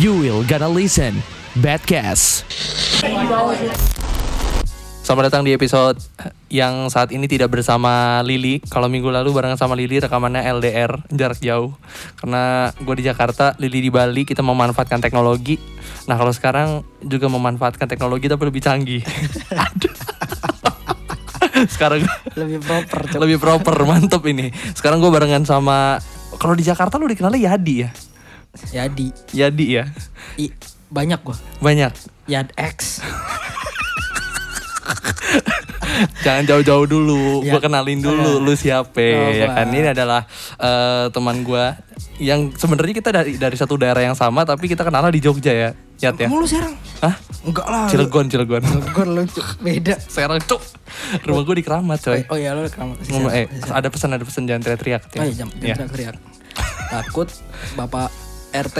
You will gonna listen Badcast. Selamat datang di episode yang saat ini tidak bersama Lili. Kalau minggu lalu barengan sama Lili rekamannya LDR jarak jauh. Karena gue di Jakarta, Lili di Bali, kita memanfaatkan teknologi. Nah kalau sekarang juga memanfaatkan teknologi tapi lebih canggih. Aduh. sekarang lebih proper coba lebih proper, mantep ini. Sekarang gue barengan sama kalau di Jakarta lu dikenalnya Yadi ya, ya di Yadi ya, i- banyak gua banyak. Yad X Jangan jauh-jauh dulu, Ya. gue Oh, kenalin dulu lu siapa ya Coba. kan. Ini adalah eh, teman gue yang sebenarnya kita dari dari satu daerah yang sama tapi kita kenalnya di Jogja ya, Yat ya. mulu serang Hah? enggak lah lu. Cilegon, Cilegon. Cilegon lu cu- beda Serang cuk. Rumah gue di Keramat coy. oh iya lu kamu Ngomong, eh, ada pesan ada pesan jangan teriak-teriak. Tia. oh iya jam jam Iya. teriak takut bapak RT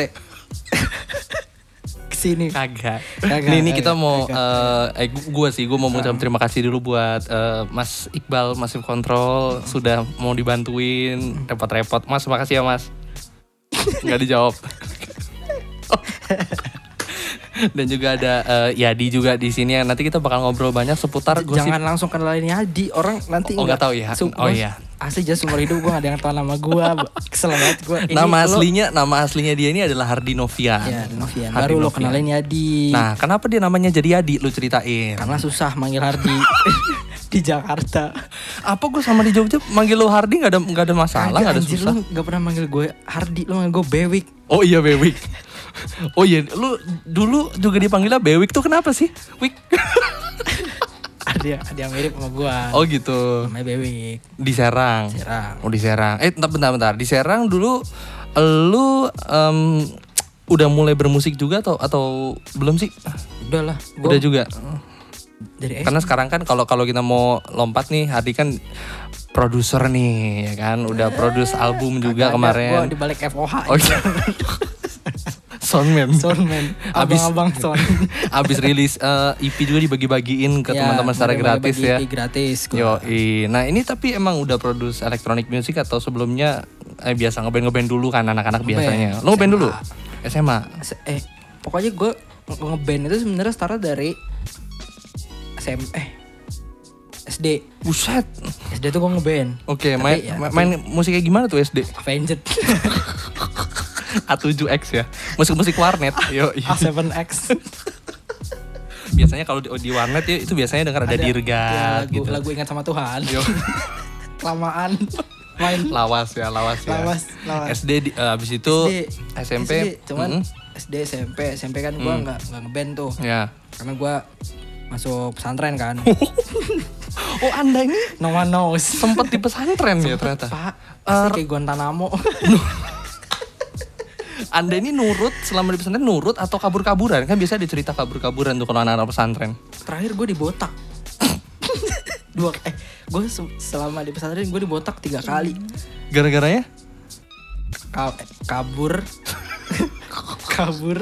kesini Kagak. Kagak, Nih, ini kagak, kita mau kagak. eh eh, gue sih gue mau mengucapkan terima kasih dulu buat eh, Mas Iqbal Masif Kontrol sudah mau dibantuin repot-repot. Mas, makasih ya, Mas. Nggak dijawab. Dan juga ada eh, Yadi juga di sini yang nanti kita bakal ngobrol banyak seputar gosip. jangan langsung kenalin Yadi orang nanti Oh, nggak tahu ya. Su- Oh, gua- iya. asli aja seumur hidup gua gak ada yang tahu nama gua kesel banget gua Ini nama lu- aslinya nama aslinya dia ini adalah Hardinovia. ya Novian baru lo kenalin Yadi Nah, kenapa dia namanya jadi Yadi? Lu ceritain. karena susah manggil Hardi di Jakarta. Apa gue sama di Jogja manggil lu Hardi nggak ada nggak ada masalah Kagak, nggak ada anjir, susah. Lu gak pernah manggil gue Hardi, lu manggil gue Bewik. Oh iya Bewik. Oh iya, lu dulu juga dipanggilnya Bewik tuh kenapa sih? Wik. Ada yang, ada yang mirip sama gue. Oh gitu. Namanya Bewik. Di Serang. Serang. Oh di Serang. Eh bentar bentar bentar. Di Serang dulu lu em, udah mulai bermusik juga atau atau belum sih? Udah lah, gue Udah juga. dari S. Karena sekarang kan kalau kalau kita mau lompat nih, Hardi kan produser nih, ya kan? Udah produce album juga kemarin. Gue dibalik FOH. Oh iya. Soundman. Soundman. Abis- Abang-abang sound. Abis rilis eh, EP juga dibagi-bagiin ke Ya, teman-teman secara bagi-bagi gitu. gratis ya. gratis. gua. Yo, nah ini tapi emang udah produce electronic music atau sebelumnya eh, biasa ngeband ngeband dulu kan anak-anak biasanya. Lo ngeband dulu? SMA. Se- Eh, pokoknya gue ngeband itu sebenarnya setara dari SM, eh, SD. Buset. SD tuh gue ngeband. Oke, Tapi main ya, ma- main musiknya gimana tuh SD? Avenged. A7X ya. Musik-musik warnet. Yo, Ah. A7X. biasanya kalau di, di warnet ya itu biasanya dengar ada, dirgat lagu, gitu. Ya, lagu ingat sama Tuhan Yo. kelamaan main lawas ya, lawas ya. Lawas, lawas. SD di, eh, abis itu SD, SMP. SD, cuman mm-mm. Mm. SD SMP SMP kan gua nggak nggak ngeband tuh Ya. karena gua masuk pesantren kan Oh, Anda ini no one knows sempet di pesantren ya ternyata. pak Er. asli kayak Guantanamo Anda ini nurut selama di pesantren nurut atau kabur-kaburan? Kan biasanya dicerita kabur-kaburan tuh kalau anak-anak pesantren. terakhir gue dibotak dua eh gue selama di pesantren gue dibotak tiga kali Gara-garanya? Ka- eh, kabur kabur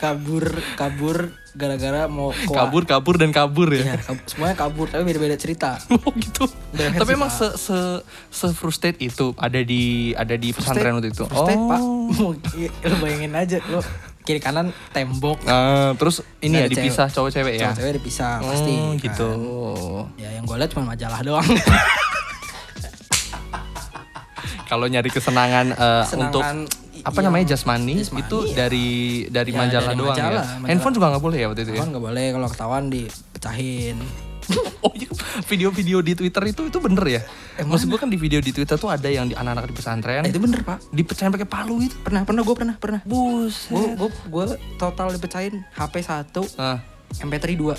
kabur kabur gara-gara mau koa- Kabur, kabur dan kabur ya. Iya, kab- semuanya kabur tapi beda-beda cerita. Oh gitu. Dan Tapi sih, emang Pak. se se se frustrate itu ada di ada di pesantren waktu itu. Terus teh, oh. Pak, mau lu bayangin aja lu kiri kanan tembok. Ah, terus ini Nggak ya ada dipisah cowok-cewek ya. Cewek dipisah Oh, pasti. kan. gitu. Ya yang gue lihat cuma majalah doang. Kalau nyari kesenangan, eh, Kesenangan, untuk apa iya. namanya jasmani, Jasmani, itu ya. dari dari Ya, majalah dari doang ya. majalah, majalah. Handphone juga nggak boleh ya waktu itu ya. Kan nggak boleh kalau ketahuan dipecahin. Oh iya, video-video di Twitter itu itu bener ya. Maksud gue kan di video di Twitter tuh ada yang di anak-anak di pesantren Eh, itu bener pak. dipecahin pakai palu itu. Oh, Pernah pernah gue pernah pernah. Buset. Gue gue gue total dipecahin HP 1 Nah, MP3 2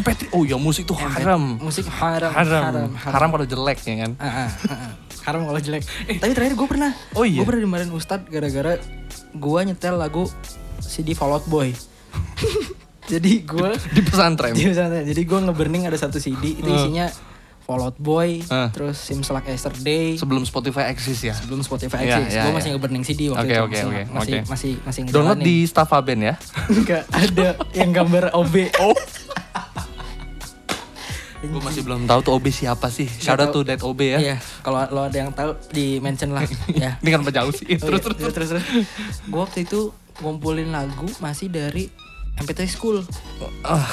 MP3. Oh ya musik tuh haram. Musik haram Haram. haram. Haram kalau jelek ya kan. Ah, ah, ah, ah. Haram kalau jelek. Tapi terakhir gue pernah. Eh. Oh, iya? Gue pernah dimarahin Ustadz gara-gara gue nyetel lagu CD Fall Out Boy. Jadi gue Di pesantren. di pesantren. Jadi gue ngeburning ada satu CD itu isinya Fall Out Boy, Ah. terus Sims Like Yesterday. Sebelum Spotify eksis ya. Sebelum Spotify Iya, exist, iya, gue iya. masih ngeburning CD waktu Oke, itu. oke, masih, oke, masih, oke. masih masih Download di Stafaben ya. Enggak ada yang gambar OB. Oh. Gue masih belum tahu tuh OB siapa sih. Shout out to that OB ya. Iya, kalau lo ada yang tahu di mention lah ya. Ini kan jauh sih. Oh Terus iya, terus terus. terus terus. Gue waktu itu ngumpulin lagu masih dari MP3 School. Ah,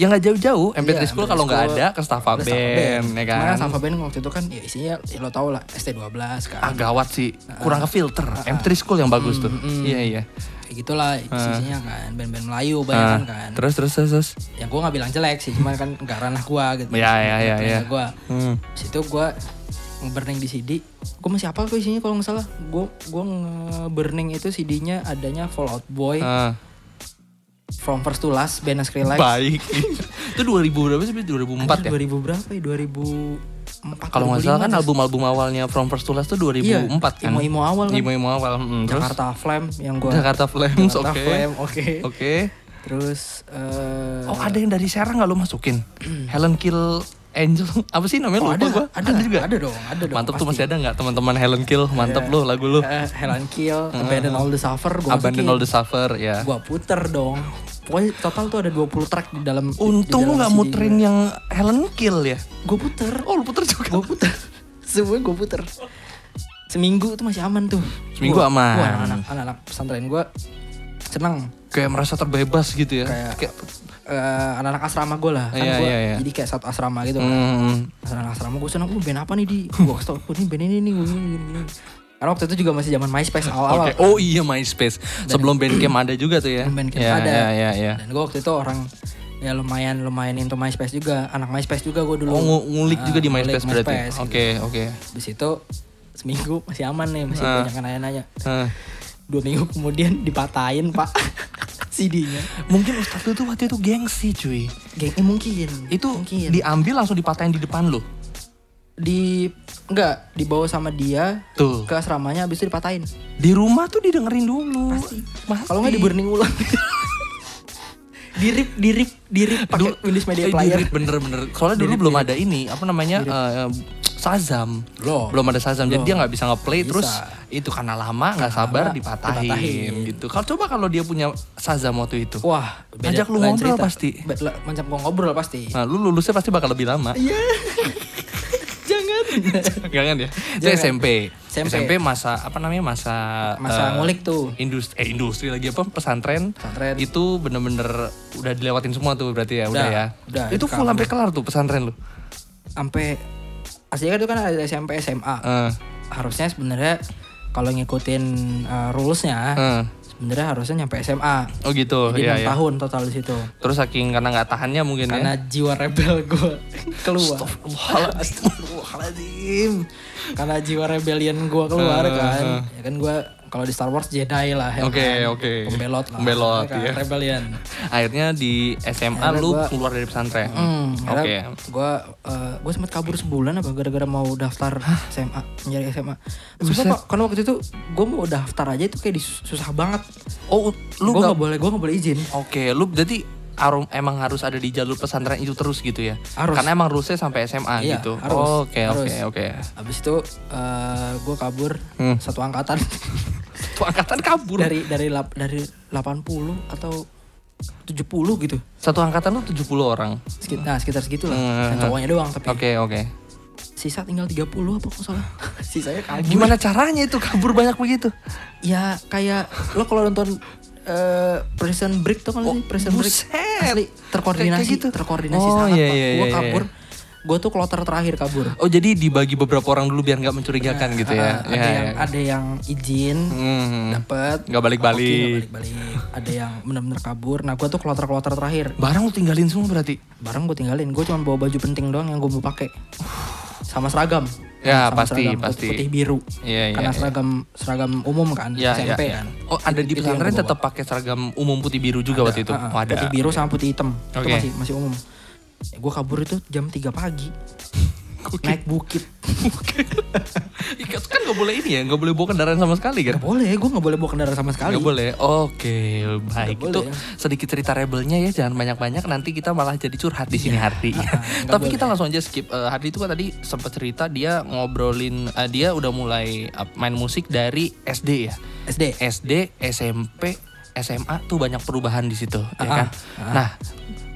ya nggak jauh-jauh. MP3 Iya, School kalau nggak School. ada ke Stafa Ada Band, Stafa ya Cuma kan. Stafa Band waktu itu kan ya isinya ya lo tau lah ST12 kan. Ah gawat sih, kurang ke filter. Ah. MP3 School yang bagus tuh. Hmm, Iya iya. Kayak gitulah isinya kan band-band Melayu bayangkan Ah, kan. Terus terus terus. terus. Ya gue nggak bilang jelek sih, cuman kan nggak ranah gue gitu. Ya ya ya ya. Gue Hmm. situ gue nge-burning di CD. Gue masih apa kok isinya kalau nggak salah. Gue gue nge-burning itu CD-nya adanya Fallout Boy, Ah, From First to Last, Band Skrillex. baik. itu 2000 berapa sih? 2004 ya. 2000 berapa ya? 2004. Kalau nggak salah kan 2005 terus. album-album awalnya From First to Last tuh 2004 Iya, kan. imo-imo awal kan. Imo-imo awal. Hmm, terus Jakarta Flame yang gue Jakarta Flames, oke. Jakarta Flame, oke. Oke. Terus eh Oh ada yang dari Serang nggak lo masukin? Helen Kill Angel apa sih namanya Hmm. Oh, lupa ada, gua. ada, ada dong, ada dong, Mantap tuh pasti. masih ada nggak teman-teman Helen Kill? Mantap lo lagu lo. eh, Helen Kill, Abandon All the Suffer, gue Abandon All the Suffer ya. Gue puter dong. Pokoknya total tuh ada 20 track di dalam Untung lo nggak muterin yang Helen Kill ya. Gue puter. Oh lo puter juga. Gue puter. Semuanya gue puter. Seminggu tuh masih aman tuh. Seminggu Gua- aman. gua anak-anak anak-anak pesantren gue seneng Kayak merasa terbebas gitu ya. Kayak- Kayak, Eh, anak-anak asrama gue lah kan Iya, gua iya, iya. jadi kayak satu asrama gitu kan. hmm, asrama asrama gue seneng gue band apa nih di gue kasih tau "Oh, ini band ini nih gua gini, gini, gini." karena waktu itu juga masih zaman MySpace awal-awal Oke. Oh iya MySpace. Sebelum Bandcamp ada juga tuh ya. Sebelum Bandcamp Ya, ada. Ya ya ya. dan gue waktu itu orang ya lumayan lumayan into MySpace juga anak MySpace juga gue dulu Oh ngu- ngulik Ah, juga di ngulik MySpace berarti. MySpace, gitu. Oke oke. Habis itu seminggu masih aman nih masih Ah. banyak yang nanya-nanya Ah. dua minggu kemudian dipatahin pak CD-nya Mungkin Ustadz lu tuh waktu itu gengsi cuy. geng eh, mungkin Itu mungkin diambil langsung dipatahin di depan lo. di enggak dibawa sama dia Tuh. ke asramanya habis itu dipatahin Di rumah tuh didengerin dulu. Pasti. kalau nggak di burning ulang dirip dirip dirip pakai Windows Media Player bener-bener. Soalnya dulu belum ada ini, apa namanya? eh, eh, Sazam. Belum. Belum ada Sazam. Jadi Belum. dia nggak bisa ngeplay Bisa. terus itu karena lama nggak sabar lama, dipatahin, dipatahin. gitu. Kalau coba kalau dia punya Sazam waktu itu. wah beda- Ajak lu lain ngobrol cerita. pasti. Be- la- ngajak gua ngobrol pasti Nah, lu lulusnya pasti bakal lebih lama. iya jangan Jangan ya. Itu Jangan. SMP. SMP. masa apa namanya? Masa Masa eh, ngulik tuh. Industri eh industri lagi apa? Pesantren. Pesantren. Itu bener-bener udah dilewatin semua tuh berarti ya, udah, Udah, ya. udah, itu itu full sampai kelar tuh pesantren lu. sampai aslinya kan itu kan ada SMP SMA Heeh. harusnya sebenarnya kalau ngikutin uh, rulesnya Heeh. sebenarnya harusnya nyampe SMA eh. Oh gitu. jadi Iya, enam iya. tahun total di situ Terus saking karena nggak tahannya mungkin karena ya. jiwa rebel gue keluar Astagfirullahaladzim. karena jiwa rebellion gue keluar Eh, kan ya kan gue kalau di Star Wars Jedi lah ya Oke, kan. oke. pembelot lah Pembelot, kan, iya. rebellion Akhirnya di SMA Akhirnya lu gua- keluar dari pesantren. Hmm, Oke. Oke. Gue gue sempat eh, kabur sebulan apa gara-gara mau daftar SMA nyari SMA. Sumpah Buset. pak, karena waktu itu gue mau daftar aja itu kayak dis- susah banget. Oh, lu Lu gue nggak nggak boleh gue nggak boleh izin. Oke, lu berarti arum emang harus ada di jalur pesantren itu terus gitu ya? Harus. Karena emang rulesnya sampai SMA Iya, gitu. harus, Oh, Oke, oke, harus. oke. Abis itu gue kabur Hmm. satu angkatan Tuh angkatan kabur. dari dari lap, dari 80 atau 70 gitu. Satu angkatan lu 70 orang. Sekit- nah sekitar segitu lah. Hmm. Yang cowoknya doang tapi Oke, oke. sisa tinggal 30 apa kok salah. Sisanya kabur. Gimana caranya itu kabur banyak begitu? ya kayak lo kalau nonton eh prison break tuh kalau sih prison break Oh, buset. asli terkoordinasi Kayak- kayak gitu. terkoordinasi Oh, sangat iya, Pak. iya, gua iya, kabur gua tuh kloter terakhir kabur Oh, jadi dibagi beberapa orang dulu biar nggak mencurigakan gitu ya? Nah, ah, ada Ya, yang ya. ada yang izin Hmm. dapet Nggak balik-balik. Oke, nggak balik-balik ada yang benar-benar kabur nah gua tuh kloter kloter terakhir Barang lu tinggalin semua berarti? barang gua tinggalin gua cuma bawa baju penting doang yang gua mau pakai sama seragam Ya, Sama pasti, seragam, pasti. putih biru Iya, iya, karena iya. seragam seragam umum kan Ya, ya, SMP ya. kan Oh, ada di Itu pesantren yang gua bawa. tetap pakai seragam umum putih biru juga waktu itu. Ah, Oh, ada. Putih biru sama putih hitam. Itu Oke. masih masih umum. Ya, gue kabur itu jam 3 pagi. Naik bukit. Iya, kan nggak boleh ini ya, nggak boleh bawa kendaraan sama sekali kan? Gak boleh, gue gak boleh bawa kendaraan sama sekali. Gak boleh. Oke, baik. Nggak Itu boleh. ya. sedikit cerita rebelnya ya, jangan banyak-banyak nanti kita malah jadi curhat di sini Hardi. Iya. Ah, nggak Tapi boleh. kita langsung aja skip. Eh, Hardi itu kan tadi sempat cerita dia ngobrolin eh, dia udah mulai eh, main musik dari SD ya. SD. Ah, SD, SMP, SMA tuh banyak perubahan di situ, ya kan? Nah,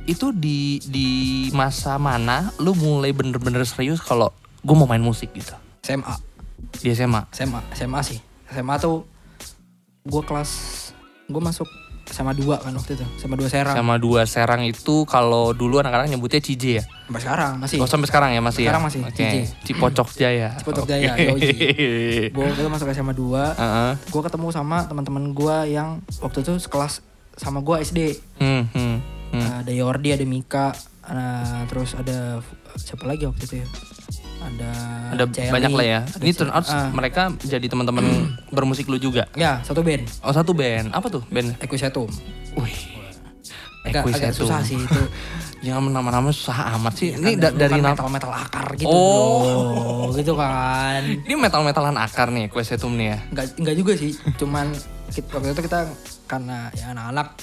itu di di masa mana lu mulai bener-bener serius kalau gue mau main musik gitu SMA di SMA SMA SMA sih SMA tuh gue kelas gue masuk SMA 2 kan waktu itu SMA 2 Serang sama dua Serang itu kalau dulu anak-anak nyebutnya Cije ya sampai sekarang masih Oh sampai sekarang ya masih Sekarang ya? masih, Oke. Cije. Hmm. Cipocok Jaya Cipocok Oke. Jaya, yoi. gue waktu itu masuk SMA 2 Heeh. gue ketemu sama teman-teman gue yang waktu itu sekelas sama gue SD Hmm, hmm, hmm. Nah, ada Yordi ada Mika nah, terus ada siapa lagi waktu itu ya ada Ada Celi, banyak lah ya Ah, ada Ini turn Celi. out Ah, mereka jadi teman-teman bermusik lu juga ya satu band Oh satu band Apa tuh band? Equisetum Wih agak, agak Equisetum. susah sih itu Jangan nama-nama susah amat sih Ini da- Kan dari nama metal metal akar gitu Oh. bro. gitu kan Ini metal-metalan akar nih Questum nih ya nggak nggak juga sih cuman kita, waktu itu kita karena ya anak-anak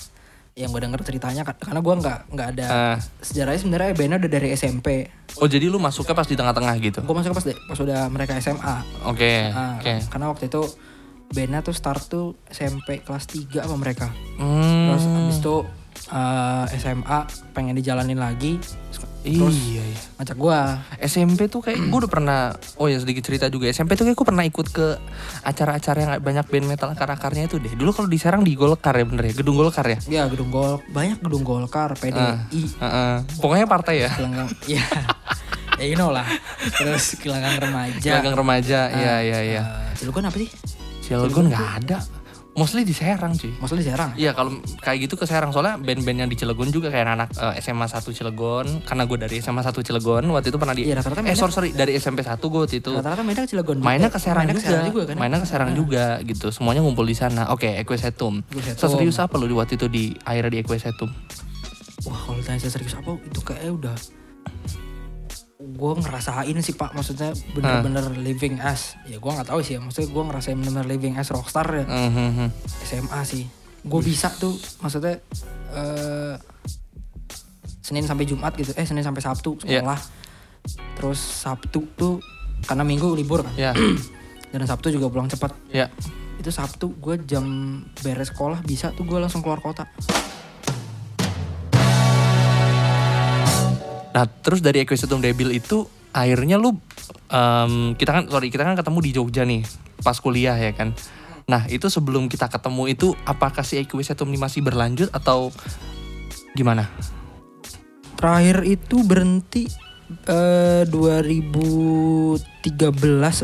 yang gue denger ceritanya ka- karena gue nggak nggak ada Ah. sejarahnya sebenarnya bandnya udah dari SMP Oh jadi lu masuknya pas di tengah-tengah gitu gue masuk pas de- pas udah mereka SMA Oke Ah, Ya, Oke karena waktu itu bandnya tuh start tuh SMP kelas 3 apa mereka Hmm, terus abis itu eh, SMA pengen dijalanin lagi terus Iya iya ngajak gue SMP tuh kayak gue udah pernah oh ya sedikit cerita juga SMP tuh kayak gue pernah ikut ke acara-acara yang banyak band metal akar-akarnya itu deh dulu kalau di Serang di Golkar ya bener ya gedung Golkar ya ya gedung gol banyak gedung golkar PDI Ah. Heeh. eh. pokoknya partai ya gelanggang ya ya you know lah terus gelanggang remaja gelanggang remaja iya iya iya Eh, Cilegon apa sih Cilegon nggak ada mostly di Serang cuy maksudnya di Serang Iya kalau kayak gitu ke Serang soalnya band-band yang di Cilegon juga kayak anak eh, SMA 1 Cilegon karena gue dari SMA 1 Cilegon waktu itu pernah di Iya, rata-rata eh mainnya- sorry, sorry dari SMP 1 gue waktu itu rata-rata mainnya ke Cilegon juga. mainnya ke Serang mainnya juga, ke Serang juga kan mainnya ke Serang juga gitu semuanya ngumpul di sana oke Equisetum Equisetum. seserius apa lu di waktu itu di akhirnya di Equisetum wah kalau ditanya saya serius apa itu kayak udah gue ngerasain sih pak maksudnya bener-bener living as ya gue nggak tahu sih ya maksudnya gue ngerasain bener-bener living as rockstar ya Mhm. SMA sih gue bisa tuh maksudnya eh Senin sampai Jumat gitu eh Senin sampai Sabtu Iya. sekolah terus Sabtu tuh karena Minggu libur kan ya dan Sabtu juga pulang cepat ya itu Sabtu gue jam beres sekolah bisa tuh gue langsung keluar kota nah terus dari Equisetum Debil itu akhirnya lu em, kita kan sorry kita kan ketemu di Jogja nih pas kuliah ya kan nah itu sebelum kita ketemu itu apakah si Equisetum ini masih berlanjut atau gimana terakhir itu berhenti eh 2013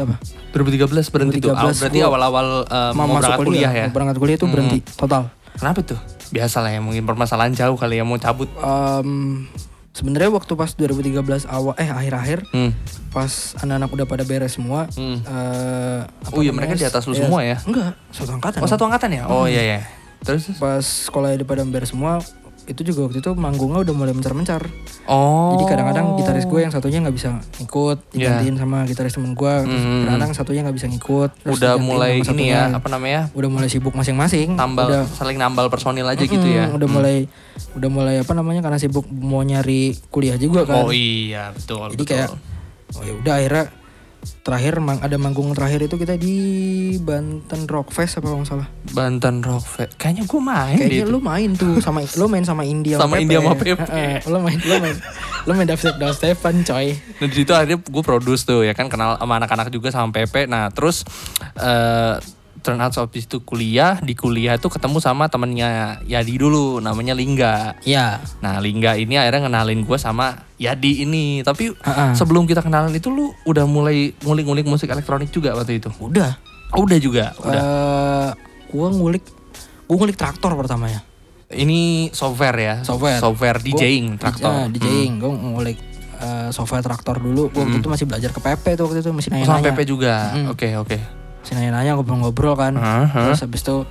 apa 2013 berhenti tuh 2013 Ah, berarti gua awal-awal em, Ma- mau berangkat kuliah, ya mau berangkat kuliah itu berhenti total Kenapa tuh? Biasa lah ya, mungkin permasalahan jauh kali ya mau cabut. Em, sebenarnya waktu pas 2013 awal eh akhir-akhir Hmm. pas anak-anak udah pada beres semua Hmm. eh, apa Oh iya, mereka namanya, di atas lu ya, semua ya? enggak satu angkatan Oh satu angkatan ya? Oh iya ya. Terus? terus. pas sekolah udah pada beres semua itu juga waktu itu manggungnya udah mulai mencar-mencar Oh. Jadi kadang-kadang gitaris gue yang satunya nggak bisa ngikut Iya. digantiin sama gitaris temen gue. Terus Hmm. Kadang satunya nggak bisa ngikut. terus udah digantiin mulai sama ini satunya. ya, apa namanya? Udah mulai sibuk masing-masing. Tambal, Udah, saling nambal personil aja gitu ya. Hmm, udah mulai, udah mulai apa namanya karena sibuk mau nyari kuliah juga kan. Oh iya betul. Jadi betul. kayak, oh ya udah akhirnya terakhir mang- ada manggung terakhir itu kita di Banten Rock Fest apa kalau nggak salah. Banten Rock Fest. Kayaknya gue main deh. Kayaknya itu. lu main tuh sama lu main sama Eh, India gitu. Sama India sama Pepe. Heeh, lu main lu main lu main dubstep dubstepan coy. Dan Nah, di situ akhirnya gue produce tuh ya kan kenal sama anak-anak juga sama Pepe. Nah terus eh turn out habis itu kuliah di kuliah tuh ketemu sama temennya Yadi dulu namanya Lingga. Iya. Nah, Lingga ini akhirnya ngenalin gue sama Yadi ini. Tapi Ah, ah. sebelum kita kenalan itu lu udah mulai ngulik-ngulik musik elektronik juga waktu itu. Udah. Oh, udah juga, udah. eh gue ngulik gue ngulik traktor pertamanya ini software ya. software Software Gua- DJing di- traktor. Hmm. ah, DJing gue ngulik eh, software traktor dulu gue waktu itu masih belajar ke PP tuh waktu itu masih Oh, sama nanya-nanya Pepe juga. Oke, oke. masih nanya-nanya ngobrol-ngobrol kan Heeh. terus habis itu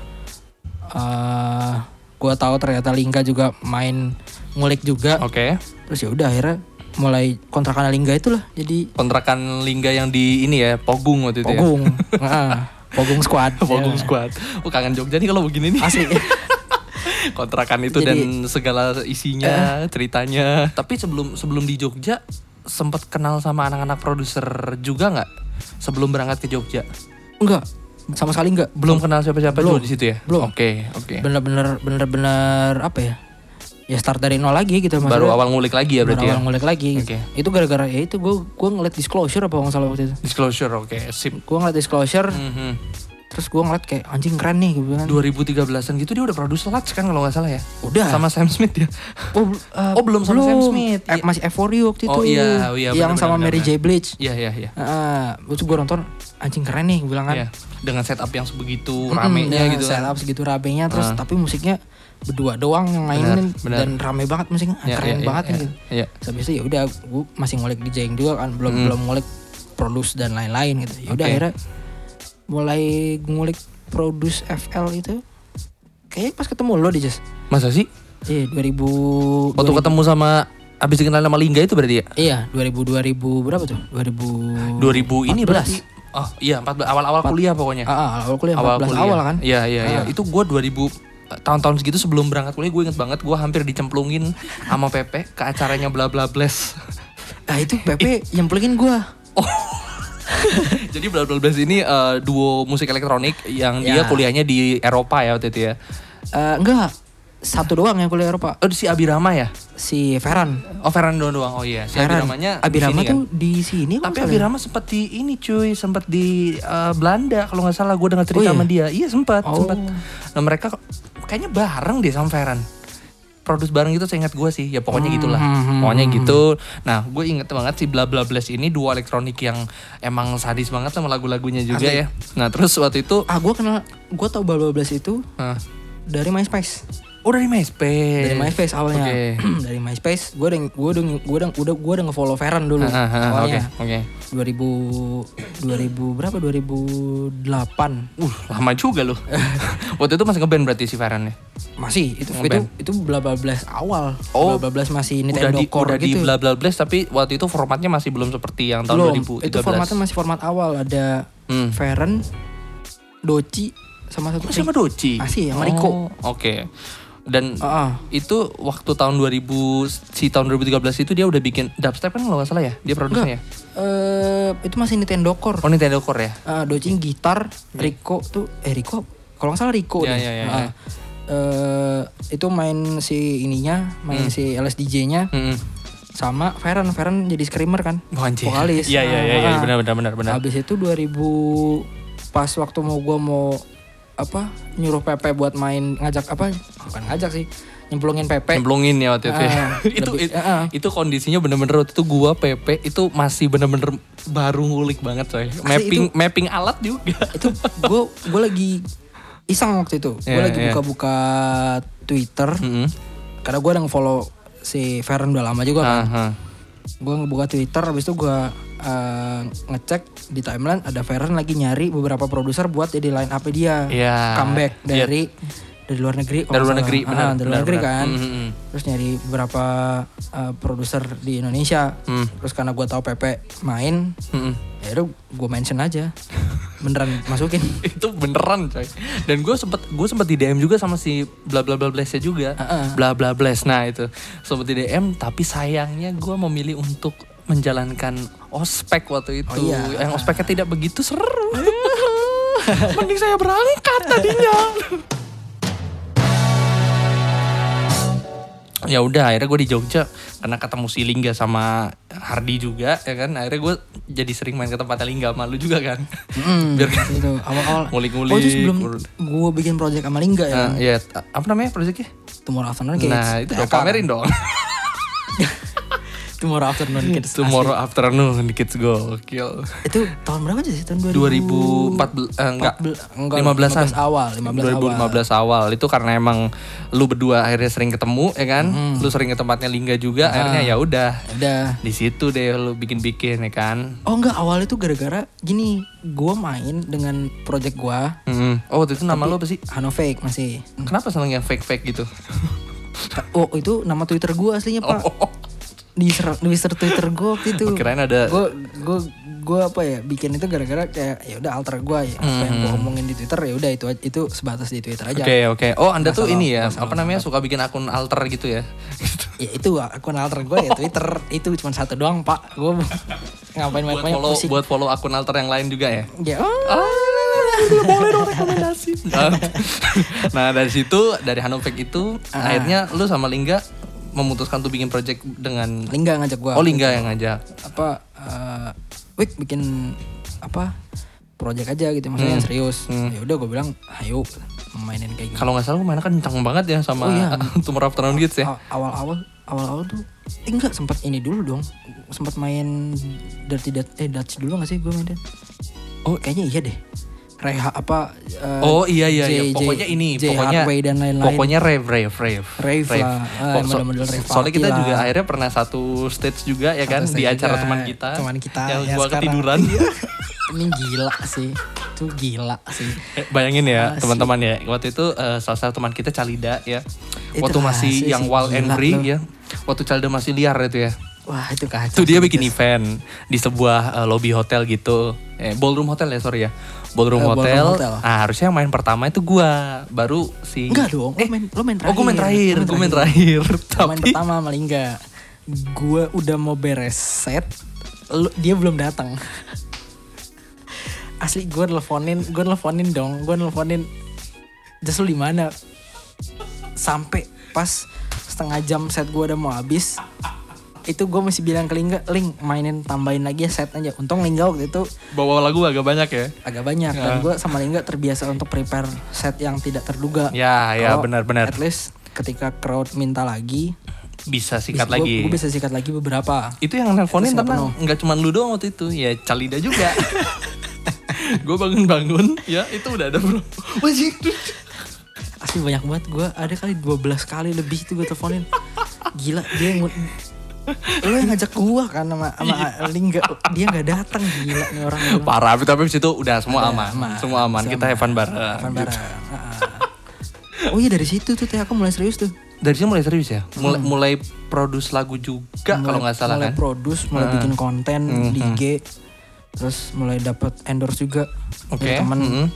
eh gue tahu ternyata Lingga juga main ngulik juga Oke. terus ya udah akhirnya mulai kontrakan Lingga itulah jadi Kontrakan Lingga yang di ini ya, Pogung waktu itu Gitu ya. pogung Heeh. pogung squad Pogung Ya. Squad. Oh, kangen Jogja nih kalau begini nih. asli kontrakan itu Jadi- dan segala isinya ceritanya Eh. tapi sebelum sebelum di Jogja sempat kenal sama anak-anak produser juga nggak sebelum berangkat ke Jogja enggak sama sekali enggak belum kenal siapa-siapa dulu Belum. di situ ya Belum. oke oke bener-bener bener-bener apa ya ya start dari nol lagi gitu maksudnya. Baru awal ngulik lagi ya Baru berarti ya. awal ngulik lagi. gitu. Oke. Itu gara-gara ya itu gue gue ngeliat disclosure apa nggak salah waktu itu. Disclosure oke, sip. Gue ngeliat disclosure, Mhm. terus gue ngeliat kayak anjing keren nih gitu kan. 2013-an gitu dia udah produce Lats kan kalau nggak salah ya. Udah. Sama Sam Smith ya? dia. Oh, bel- eh, Oh, belum sama Sam Smith. Eh, masih Euphoria waktu itu. Oh, iya, iya, yang benar, sama benar, Mary benar. J Blige. Iya iya iya. Heeh, terus gue nonton anjing keren nih gue bilang kan. Iya. Dengan setup yang sebegitu Mm-mm, ramenya ya, gitu. kan. Set up segitu ramenya terus Ah. tapi musiknya berdua doang yang mainin benar. dan rame banget musiknya. Ah, Iya, keren iya, banget iya, nih. gitu. Iya. Terus habis itu ya udah gue masih ngulik DJ yang juga kan belum Hmm. belum ngulik produce dan lain-lain gitu. Ya udah Oke. akhirnya mulai ngulik produce FL itu kayaknya pas ketemu lo di Jazz. Masa sih? Iya 2000 Waktu ketemu sama abis dikenal sama Lingga itu berarti ya? Iya, 2000 2000 berapa tuh? 2000 2000 ini 14. berarti. Oh iya 14 awal-awal kuliah pokoknya. Ah, ah, awal kuliah 14 kuliah. awal kan? Iya iya iya. Ah. Itu gua 2000 eh, tahun-tahun segitu sebelum berangkat kuliah gue inget banget gue hampir dicemplungin sama Pepe ke acaranya bla bla bless. Nah, itu Pepe yang pelingin gua. Jadi bla bla bless ini eh, duo musik elektronik yang dia Ya. kuliahnya di Eropa ya waktu itu ya. Eh, enggak, satu doang yang kuliah Eropa. Oh si Abirama ya? Si Ferran. Oh Fernando doang. Oh iya. Si Ferran. Abiramanya di Abirama sini kan? tuh di sini kok Tapi nggak salah. Abirama sempat di ini cuy, sempat di eh, Belanda kalau nggak salah gue dengar cerita Oh, iya? sama dia. Iya sempat, Oh. sempat. Nah mereka kayaknya bareng deh sama Ferran. Produs bareng gitu seingat gue sih. Ya pokoknya gitulah. Hmm. Pokoknya gitu. Nah, gue inget banget si Bla Bla Blast ini dua elektronik yang emang sadis banget sama lagu-lagunya juga Asli. ya. Nah, terus waktu itu eh, Ah, gua kenal gua tau Bal 12 itu Hah. dari MySpace. Oh dari MySpace. Dari MySpace awalnya. Oke. dari MySpace gua udah gua udah gua udah gua udah, gua udah nge-follow Ferran dulu. Ah, ah, ah, Oke, awalnya. oke. 2000 2000 berapa? 2008. Uh, lama juga loh. waktu itu masih ngeband berarti si Ferran ya. Masih itu itu Ngeband. itu bla bla blas awal. Oh. bla bla blas masih udah Nintendo di Core udah di gitu. bla bla blast tapi waktu itu formatnya masih belum seperti yang tahun Belum. 2013. Itu formatnya masih format awal ada Hmm. Feren, Doci sama satu masih sama Doci. Masih, sama Rico. Oh, Oke. Dan Heeh. itu waktu tahun 2000 si tahun 2013 itu dia udah bikin dubstep kan kalau nggak salah ya? Dia produsernya. ya? Eh, itu masih Nintendo Core. Oh Nintendo Core ya. Eh, Doci gitar, Rico tuh eh Rico kalau nggak salah Rico Hmm. Ya, deh. ya, ya, Heeh. ya. Eh, itu main si ininya, Hmm. main si LSDJ-nya Heeh. sama Feren. Feren jadi screamer kan? Vokalis. Iya iya iya iya, Ah. benar benar benar benar. Habis itu 2000 pas waktu mau gua mau apa nyuruh Pepe buat main ngajak apa bukan ngajak sih nyemplungin Pepe Nyemplungin ya waktu itu. ya. Ah, itu lebih- it- ah, ah. itu kondisinya bener-bener waktu itu gua PP itu masih bener-bener baru ngulik banget coy. Mapping mapping alat juga. itu gue gue lagi iseng waktu itu gue Iya, lagi iya. buka-buka Twitter Heeh. karena gue udah nge-follow si Feren udah lama juga kan Aha. gue ngebuka Twitter habis itu gue ngecek di timeline ada Feren lagi nyari beberapa produser buat jadi line up dia Iya. comeback Iya. dari dari luar negeri kalau Dari luar nggak negeri, salah. benar, Ah, dari luar benar, negeri benar. kan Mm, mm, mm. terus nyari beberapa eh, produser di Indonesia Hmm. terus karena gue tahu Pepe main Mm-mm. ya udah gue mention aja beneran masukin itu beneran coy dan gue sempet gue sempet di DM juga sama si bla bla bla blessnya juga bla bla bless nah itu sempet di DM tapi sayangnya gue memilih untuk menjalankan ospek waktu itu Oh, iya. yang ospeknya tidak begitu seru mending saya berangkat tadinya ya udah akhirnya gue di Jogja karena ketemu si Lingga sama Hardi juga ya kan akhirnya gue jadi sering main ke tempatnya Lingga sama lu juga kan Mm, biar kan gitu awal-awal Ngulik-ngulik, oh itu sebelum ngurut. gue bikin project sama Lingga ya Eh, ya t- apa namanya proyeknya? Tomorrow Afternoon Kids Nah itu dong TAK. pamerin dong. Tomorrow Afternoon Kids asli. Tomorrow afternoon kids go kill. itu tahun berapa aja sih tahun 2014 eh, enggak 14, enggak, 15-an 15 awal, 15 2015 awal. itu karena emang lu berdua akhirnya sering ketemu ya kan lu sering ke tempatnya Lingga juga akhirnya ya udah udah di situ deh lu bikin-bikin ya kan Oh enggak awal itu gara-gara gini gue main dengan project gue Mm-mm. oh waktu itu nama lu apa sih Hanovake masih kenapa seneng yang fake fake gitu oh itu nama twitter gue aslinya pak oh, di ser- di user twitter gue waktu itu kirain ada gue gue gue apa ya bikin itu gara-gara kayak ya udah alter gue ya apa yang gue omongin di twitter ya udah itu aja- itu sebatas di twitter aja Hmm. Oke oke. Oh Anda tuh ini ya apa namanya suka bikin akun alter gitu ya? Gitu. ya itu akun alter gue ya twitter itu cuma satu doang pak gue ngapain main buat banyak follow pusing buat follow akun alter yang lain juga ya. ya oh, Ah, boleh dong Ah. rekomendasi. nah dari situ dari Hanovek itu akhirnya lu sama Lingga memutuskan tuh bikin project dengan Lingga ngajak gua Oh Lingga yang ngajak. apa eh Wik bikin apa project aja gitu Hmm. maksudnya yang serius ya udah gue bilang ayo mainin kayak gini Kalau nggak salah mainnya kencang banget ya sama Oh, iya. Ah, Tomorrow Afternoon Kids ya. Aw- Oh, awal-awal awal-awal tuh eh, enggak sempat ini dulu dong sempat main Dirty Dat eh Dutch dulu gak sih gue main Dan? oh kayaknya iya deh Reha apa eh, Oh iya iya, iya. J- J- pokoknya ini, J pokoknya Hardway dan lain-lain Pokoknya rave rave rave. Rave lah. Ah, Pokok- so- model-model rave soalnya party kita lah. juga akhirnya pernah satu stage juga ya kan Satu di stage acara juga. teman kita. Teman kita yang yang gua sekarang. Iya. ketiduran. ini gila sih itu gila sih Eh, Bayangin ya Asik. teman-teman ya. Waktu itu eh, salah satu teman kita Calida ya. Itu Waktu masih rahasia yang sih, wild and gila free lu. ya. Waktu Calida masih liar itu ya. wah itu kacau Itu dia sih, bikin guys. event di sebuah eh, lobby hotel gitu. Eh, ballroom hotel ya, sorry ya. Ballroom, Eh, ballroom hotel. hotel. Ah, harusnya yang main pertama itu gua, baru si Enggak dong, lo Eh, main- lo main Oh, gua main terakhir, terakhir. Lo main gua main terakhir. Tapi Main pertama sama Lingga gue udah mau beres set lu- dia belum datang asli gue nelfonin gue nelfonin dong gue nelfonin just lu di mana sampai pas setengah jam set gue udah mau habis itu gue masih bilang ke Lingga Ling mainin tambahin lagi ya set aja untung Lingga waktu itu bawa lagu agak banyak ya. agak banyak dan gue sama Lingga terbiasa untuk prepare set yang tidak terduga Ya, ya, Kalau benar-benar. at least ketika crowd minta lagi Bisa sikat Bis- gua- lagi. gua bisa sikat lagi beberapa. Itu yang nelponin Itu siapa tenang, nggak cuma lu doang waktu itu, ya Calida juga. gue bangun-bangun, ya itu udah ada bro. Wajib. Asli banyak banget gua ada kali 12 kali lebih itu gua teleponin. Gila dia yang lo yang ngajak gua kan sama sama Iya. Lingga dia nggak datang gila nih orang gua Iya, bilang. Parah, tapi- tapi abis itu udah semua aman, aman. semua aman. Semua Kita aman. have fun bareng. Apaan barang. Ah. Oh iya dari situ tuh teh aku mulai serius tuh. Dari situ mulai serius ya, mulai, mulai produce lagu juga kalau nggak salah Hmm. mulai kan. Hmm, produce, mulai bikin konten di IG. Terus mulai dapat endorse juga Oke, dari teman. mm-mm.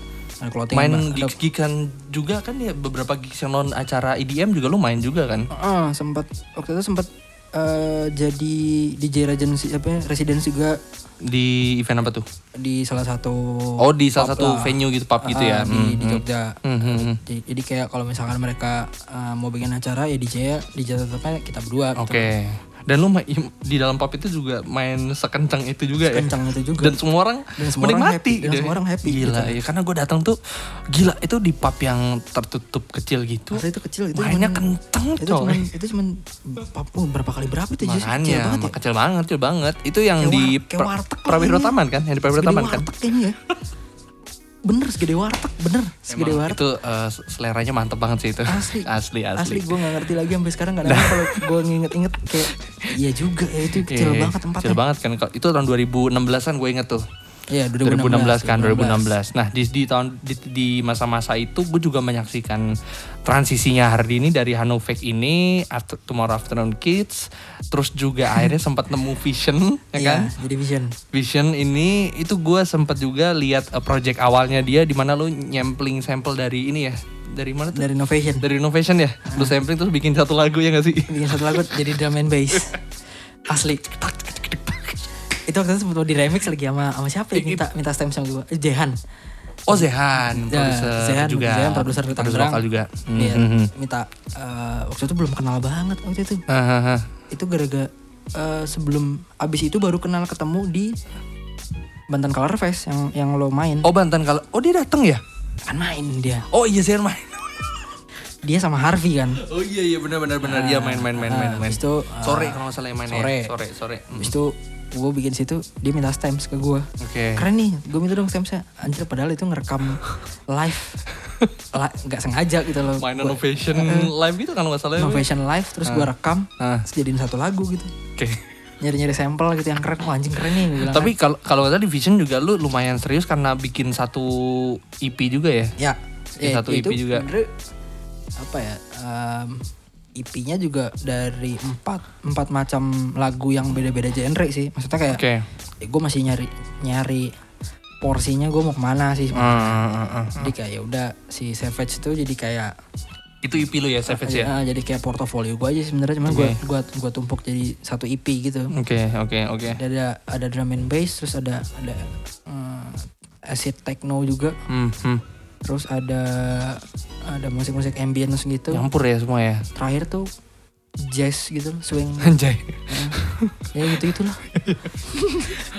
Ada clothing main mbak, ada- gigs-gigan juga kan ya beberapa gigs yang non acara EDM juga lu main juga kan. Heeh, sempat Ah, waktu itu sempat eh, jadi DJ residency apa ya, residence juga Di event apa tuh? di salah satu Oh, di salah pub satu lah. venue gitu, pub gitu ya. Heeh, di, di Jogja. Hmm, hmm, hmm. Jadi, jadi kayak kalau misalkan mereka eh, mau bikin acara ya DJ ya DJ tetapnya kita berdua Oke. gitu. Dan lu ma- im- di dalam pub itu juga main sekencang itu juga ya. Kencang itu juga. Dan semua orang Dan semua orang menikmati happy, dan gitu semua ya. orang happy Gila, gitu. ya karena gue datang tuh gila itu di pub yang tertutup kecil gitu. Masa itu kecil itu mainnya cuman- kenceng itu coy. cuman itu cuman Papua berapa kali berapa itu Jess? Makanya kecil banget ya. kecil banget, kecil banget. Itu yang Kayak di war- kayak pra- warteg Prawiro kayaknya. Taman kan, yang di Prawiro Segede Taman kan. warteg kayaknya ya. Bener segede warteg, bener segede Emang warteg. itu eh, seleranya mantep banget sih itu. asli asli, asli. Nah. gue gak ngerti lagi sampai sekarang kadang-kadang kalau gue nginget-inget kayak iya juga ya itu kecil Iya, banget tempatnya Kecil banget kan. Itu tahun 2016-an gue inget tuh. Iya, 2016 kan 2016. 2016. Nah di di tahun di, di masa-masa itu gue juga menyaksikan transisinya Hardini dari Hanovek ini after, Tomorrow Afternoon Kids, terus juga akhirnya sempat nemu Vision, ya Iya, kan? jadi vision Vision ini itu gue sempat juga lihat eh, project awalnya dia di mana lu nyampling sampel dari ini ya dari mana tuh? dari Novation Dari Innovation ya, lu Iya. sampling terus bikin satu lagu ya gak sih? bikin satu lagu jadi drum and bass asli itu waktu itu sebetulnya di remix lagi sama sama siapa ya minta minta stem sama gue Jehan Oh Zehan, produser Iya, Zehan juga, Zehan produser dari produser Tangerang. lokal juga. Iya, Mhm. minta eh, waktu itu belum kenal banget waktu itu Hahaha. itu gara-gara eh, sebelum abis itu baru kenal ketemu di Banten Color Fest yang yang lo main Oh Banten kalau, oh dia dateng ya? kan main dia Oh iya Zehan main. dia sama Harvey kan Oh iya iya benar benar benar dia main main main main nah, main. habis itu, ah, sore kalau nggak salah yang main sore. ya. Sore sore. Mm. Habis itu gue bikin situ dia minta stamps ke gue Oke. keren nih gue minta dong stampsnya anjir padahal itu ngerekam live La- nggak sengaja gitu loh Main Gua- Innovation live gitu kalau nggak salah. ya, Wei? Innovation live terus gue rekam Ah. terus jadiin satu lagu gitu Oke. nyari-nyari sampel gitu yang keren wah anjing keren nih gua bilang Tapi kalau kalau nggak salah di Vision juga lu lumayan serius karena bikin satu EP juga ya. Ya, Di satu itu EP juga. sebenarnya, Apa ya? em, EP-nya juga dari empat empat macam lagu yang beda-beda genre sih. Maksudnya kayak Oke. gue Eh, masih nyari nyari porsinya gue mau kemana sih. Ah, ah, ah, ah. Jadi kayak ya udah si Savage itu jadi kayak Itu EP lu ya Savage ya. ah, jadi kayak portofolio gue aja sebenarnya cuman gue Oke. gua gua tumpuk jadi satu EP gitu. Oke oke oke. Ada ada ada drum and bass terus ada ada eh, acid techno juga Hmm, hmm. terus ada ada musik-musik ambience gitu Nyampur ya semua ya. terakhir tuh jazz gitu loh, swing Anjay. ya gitu gitulah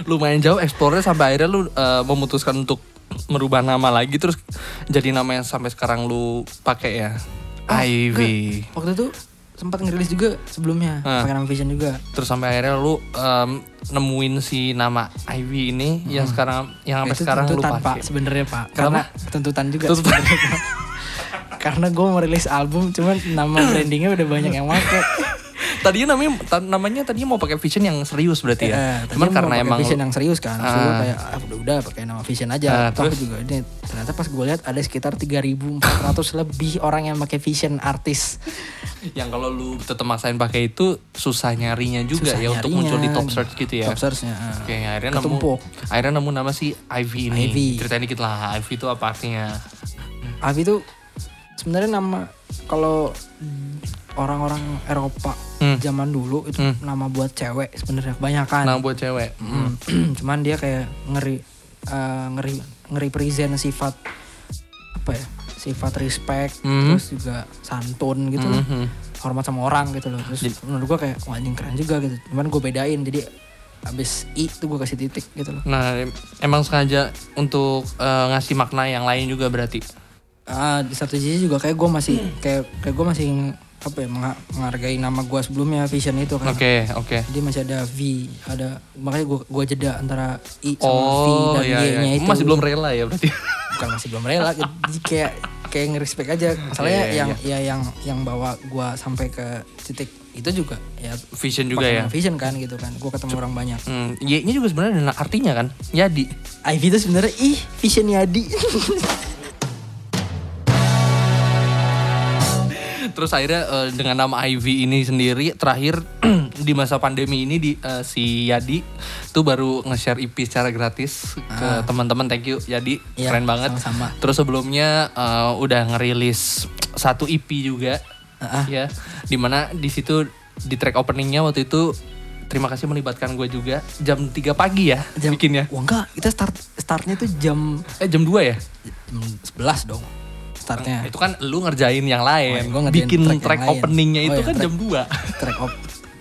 Lumayan jauh explore sampai akhirnya lu eh, memutuskan untuk merubah nama lagi terus jadi nama yang sampai sekarang lu pakai ya. Ah, Ivy. waktu itu sempat ngerilis juga sebelumnya Ah. pakai nama Vision juga Terus sampai akhirnya lu em, nemuin si nama Ivy ini yang sekarang yang sampai Hmm. itu sekarang lu tuntutan pak pakai. sebenarnya pak Kenapa? karena tuntutan juga Terus karena gue merilis album cuman nama brandingnya udah banyak yang pakai tadinya namanya ta- namanya tadinya mau pakai Vision yang serius berarti ya. Eh, Cuman tadinya karena mau pakai emang Vision yang serius kan Terus gua Ah. kayak ah, udah udah pakai nama Vision aja Ah, Toh terus? juga ini ternyata pas gue lihat ada sekitar 3.400 lebih orang yang pakai Vision artis yang kalau lu tetap maksain pakai itu susah nyarinya juga Susah ya untuk nyarinya. muncul di top search gitu ya. top searchnya ah. Oke, akhirnya Ketumpuk. nemu akhirnya nemu nama si Ivy ini. Ivy. Ceritain dikit lah, Ivy itu apa artinya? Avi tuh sebenarnya nama kalau orang-orang Eropa Hmm. zaman dulu itu Hmm. nama buat cewek sebenarnya kebanyakan. Nama buat cewek. Hmm. Cuman dia kayak ngeri eh, ngeri ngeri present sifat apa ya? Sifat respect Hmm. terus juga santun gitu loh. Mhm. Hormat sama orang gitu loh. Terus menurut gua kayak wah anjing keren juga gitu. Cuman gue bedain jadi abis i tuh gue kasih titik gitu loh. Nah, em- emang sengaja untuk eh, ngasih makna yang lain juga berarti. Ah, di satu sisi juga kayak gue masih kayak kayak gue masih apa ya mengha- menghargai nama gue sebelumnya vision itu kan. Oke, oke. Jadi masih ada V, ada makanya gue gua jeda antara I sama Oh, V dan iya, Y-nya iya. itu. Masih belum rela ya berarti. bukan masih belum rela. gitu. Jadi kayak kayak ngerespek aja. Iya, Misalnya iya, yang ya yang yang bawa gue sampai ke titik itu juga ya Vision juga pakai ya. nama Vision kan gitu kan. Gue ketemu orang banyak. Hmm, Y-nya juga sebenarnya ada artinya kan. Jadi. IV itu sebenarnya ih Vision Yadi. Terus akhirnya eh, dengan nama Ivy ini sendiri terakhir di masa pandemi ini di eh, si Yadi tuh baru nge-share EP secara gratis ke teman-teman. Thank you Yadi, Ah. Iya, keren banget. sama-sama. Terus sebelumnya eh, udah ngerilis satu EP juga. Ah, ah. Ya, dimana di situ di track openingnya waktu itu terima kasih melibatkan gue juga jam 3 pagi ya Jam- bikinnya. Wah enggak, kita start startnya tuh jam Eh jam 2 ya? jam 11 dong startnya. Itu kan lu ngerjain yang lain. Iya. Oh, gua ngerjain Bikin track yang track, lain. openingnya Oh, itu kan iya, track- jam 2. track op,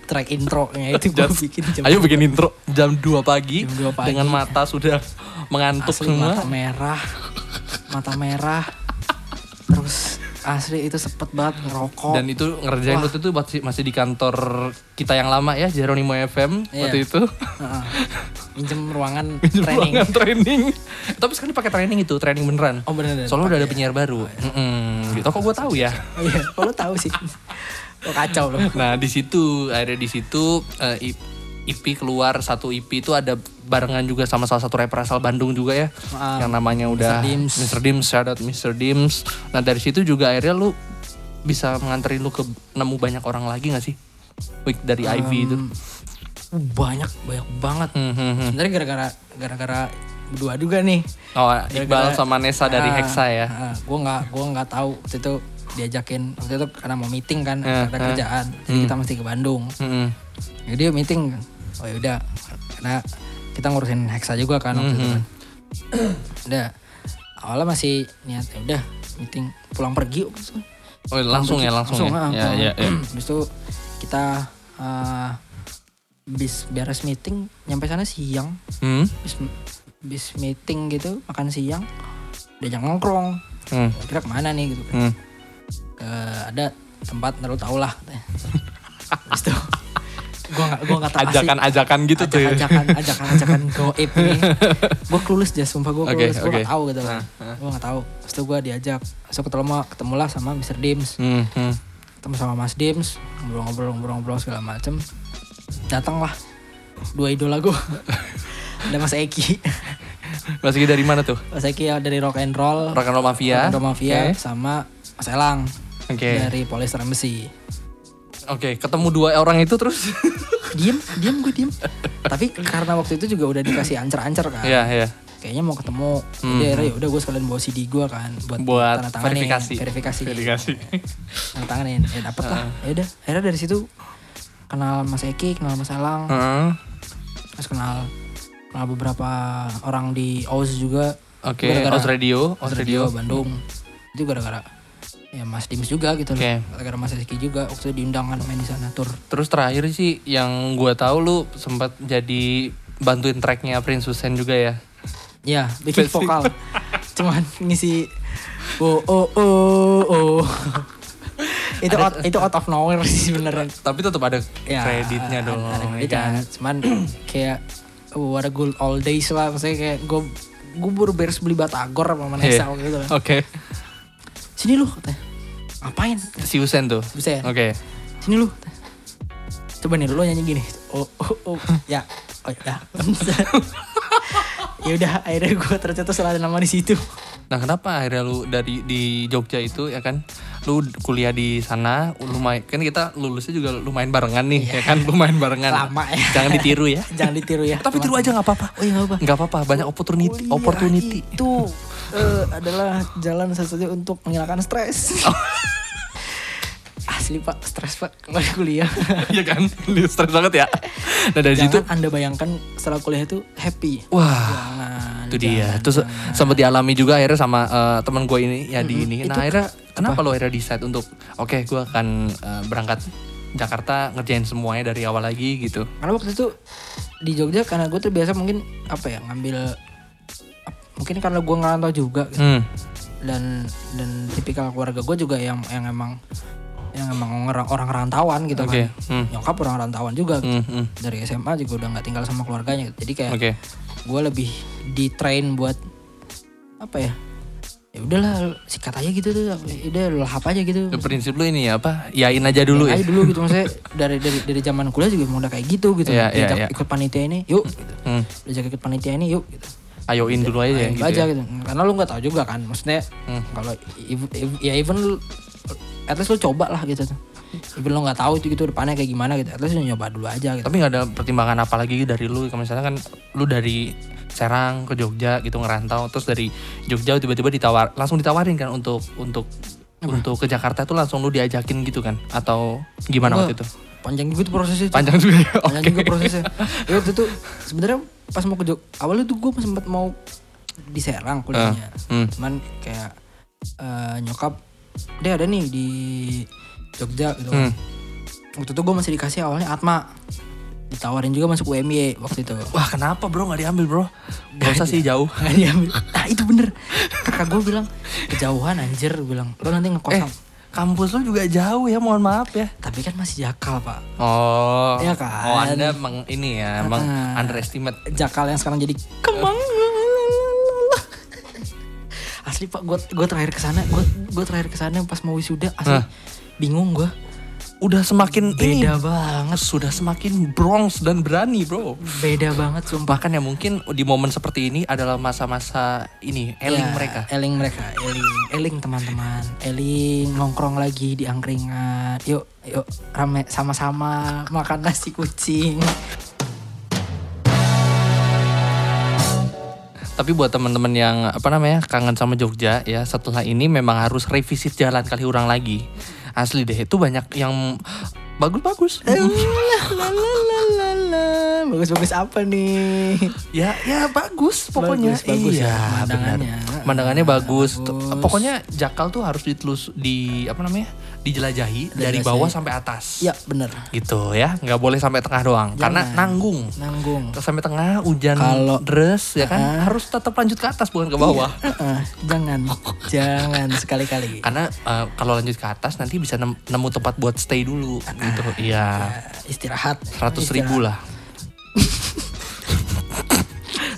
track intronya Eh, itu gue bikin jam Ayo bikin intro jam 2 pagi, Jam 2 pagi. dengan mata sudah mengantuk asli mata semua. merah mata merah terus asli itu sepet banget ngerokok Dan itu ngerjain waktu itu masih, masih di kantor kita yang lama ya, Jeronimo FM Iya. waktu itu. Heeh. minjem ruangan Di training ruangan training. Tapi sekarang dipakai training itu, training beneran. oh bener Oh, bener Soalnya udah ada penyiar baru. iya. Mm-mm. gitu kok gue tahu ya. oh, iya Oh, lo tahu sih lo kacau lo Nah, di situ akhirnya di situ eh, I- IP keluar satu IP itu ada barengan juga sama salah satu rapper asal Bandung juga ya. Maaf. yang namanya udah Dims. Mr. Dims, shout out Mr. Dims. Nah, dari situ juga akhirnya lu bisa mengantri lu ke nemu banyak orang lagi gak sih? Week dari IV itu. Hmm, banyak banyak banget Hmm, hmm, hmm. sebenarnya gara-gara gara-gara berdua juga nih Ah, Oh, ya Iqbal sama Nesa dari Hexa ya. gue nggak gue nggak tahu waktu itu diajakin waktu itu karena mau meeting kan Ah, ada ah. kerjaan jadi kita mesti ke Bandung Hmm, hmm. Jadi dia meeting kan. Oh ya udah. Karena kita ngurusin Hexa juga kan waktu Mhm. itu kan. udah. Awalnya masih niat ya udah meeting pulang pergi. waktu itu. Oh, langsung ya, langsung, Langsung, ya. ah, Ya, pulang. ya, ya. Habis itu kita eh, bis beres meeting nyampe sana siang. Hmm, Bis, bis meeting gitu makan siang. Diajak nongkrong. hmm, Kira kemana nih gitu kan. hmm. Eh, ada tempat ntar lu tau lah katanya. Habis itu gue gak, gua gak tau asli Ajakan-ajakan gitu tuh. ya. ajakan ajakan ajakan goib nih gue kelulus jas sumpah gue Oke, kelulus gue oke. Nah, gak tau gitu kan gue gak tau terus tuh gue diajak terus tuh ketemu ketemu lah sama Mr. Dims Hmm, hmm. ketemu sama Mas Dims ngobrol-ngobrol-ngobrol segala macem datang lah dua idola gue ada Mas Eki Mas Egi dari mana tuh? Mas Eki yang dari rock and roll Rakan Lo Mafia. Rock and Roll Mafia Oke. sama Mas Elang Oke. dari Polyester Embassy Oke, ketemu dua orang itu terus. diem diem gue diem tapi karena waktu itu juga udah dikasih ancer-ancer kan Iya, iya. kayaknya mau ketemu Hmm. Jadi akhirnya ya udah gue sekalian bawa CD gue kan buat, Buat tanda tanganin, verifikasi. verifikasi gitu. Verifikasi. tanda tanganin ya dapet lah ya udah akhirnya dari situ kenal Mas Eki kenal Mas Alang Heeh. terus kenal kenal beberapa orang di Oz juga Oke, Gara-gara- House Radio, Oz House Radio Radio. Bandung itu gara-gara ya Mas Dimas juga gitu Oke. loh. Gara-gara Mas Rizky juga waktu itu diundang kan main di sana tur. Terus terakhir sih yang gua tahu lu sempat jadi bantuin tracknya Prince Hussein juga ya. Ya, bikin vokal. Cuman ngisi oh oh oh oh. itu out, itu out of nowhere sih beneran. Tapi tetap Ya, ada kreditnya ada- dong. ada ya kreditnya. kan? Cuman kayak oh, what a good old days lah maksudnya kayak gue gue baru beres beli batagor sama Iya. Manesa waktu itu kan. Oke. Sini lu katanya. Ngapain? Si Hussein tuh. Bisa ya? Oke. Sini lu katanya. Coba nih lu nyanyi gini. Oh oh oh. ya. Oh ya. ya udah akhirnya gue tercetus salah nama di situ. Nah kenapa akhirnya lu dari di Jogja itu ya kan lu kuliah di sana lumayan kan kita lulusnya juga lumayan barengan nih ya kan lumayan barengan Lama ya. jangan ditiru ya Jangan ditiru ya. tapi tiru aja nggak apa-apa Oh iya nggak apa. nggak apa-apa banyak opportunity Oh iya, opportunity itu eh, adalah jalan satu-satunya untuk menghilangkan stres. Oh. Asli pak, stres pak kalau kuliah. Iya kan Lu stres banget ya nah dari situ Jangan anda bayangkan setelah kuliah itu happy. wah Jangan. itu dia terus sempat dialami juga akhirnya sama eh, teman gue ini ya di ini nah akhirnya kenapa lo akhirnya decide untuk oke gue akan eh, berangkat Jakarta ngerjain semuanya dari awal lagi gitu Karena waktu itu di Jogja karena gue terbiasa mungkin apa ya ngambil ap- mungkin karena gue ngerantau juga gitu. hmm. dan dan tipikal keluarga gue juga yang yang emang yang emang orang orang rantauan gitu oke kan. Hmm. Nyokap orang rantauan juga gitu. Hmm, hmm. dari SMA juga udah nggak tinggal sama keluarganya gitu. jadi kayak oke gue lebih di train buat apa ya ya udahlah sikat aja gitu tuh udah lahap aja gitu Ya, prinsip lu ini ya apa yain aja dulu ya aja dulu gitu maksudnya dari dari dari zaman kuliah juga emang udah kayak gitu gitu Iya, iya, Diajak iya. ikut panitia ini yuk gitu. Hmm. diajak ikut panitia ini yuk gitu. ayoin dulu aja ya, Main gitu aja ya. gitu karena lu nggak tahu juga kan maksudnya Hmm. kalau ev- ev- ya even lu at least lu coba lah gitu tuh even lu nggak tahu itu gitu depannya kayak gimana gitu at least lu nyoba dulu aja gitu Ya, tapi nggak ada pertimbangan apa lagi dari lu kalau misalnya kan lu dari Serang ke Jogja gitu ngerantau terus dari Jogja tiba-tiba ditawar langsung ditawarin kan untuk untuk untuk ke Jakarta tuh langsung lu diajakin gitu kan atau gimana waktu Enggak. itu panjang juga tuh prosesnya tuh. panjang juga ya Panjang oke juga prosesnya. Ya, waktu itu sebenarnya pas mau ke Jog, awalnya tuh gue sempat mau di Serang kuliahnya. hmm. Cuman kayak eh, nyokap, dia ada nih di Jogja gitu. Hmm. Waktu itu gue masih dikasih awalnya Atma. Ditawarin juga masuk UMY waktu itu. wah kenapa bro nggak diambil bro gak usah sih jauh Nggak diambil. Nah itu bener. Kakak gue bilang kejauhan anjir, Gua bilang lo nanti ngekos. eh sama-" kampus lu juga jauh ya mohon maaf ya Tapi kan masih jakal pak. oh Iya kan? oh anda meng ini ya meng underestimate Jakal yang sekarang jadi Kemang. asli pak, gue gue terakhir kesana, gue gue terakhir kesana pas mau wisuda, Hah? asli bingung gue. udah semakin ini Beda banget, sudah semakin bronze dan berani bro beda banget sumpah. bahkan ya mungkin di momen seperti ini adalah masa-masa ini eling Ya, mereka eling mereka, eling, eling teman-teman, eling nongkrong lagi di angkringan. Yuk, yuk rame sama-sama makan nasi kucing. tapi buat teman-teman yang apa namanya kangen sama Jogja ya setelah ini memang harus revisit jalan kali orang lagi asli deh itu banyak yang bagus-bagus Lalalala, Bagus-bagus apa nih? ya ya bagus pokoknya Bagus, bagus ya, iya pemandangannya. benar. pemandangannya bagus. Bagus. pokoknya Jakal tuh harus ditelus di apa namanya dijelajahi dari Dijelajahi. bawah sampai atas Ya bener, gitu ya nggak boleh sampai tengah doang karena Jangan. nanggung nanggung. sampai tengah hujan Kalau- Iya. deres ya kan harus tetap lanjut ke atas bukan ke bawah Heeh, jangan, jangan sekali-kali. karena eh, kalau lanjut ke atas nanti bisa nem- nemu tempat buat stay dulu gitu iya Istirahat. seratus Iya. ribu lah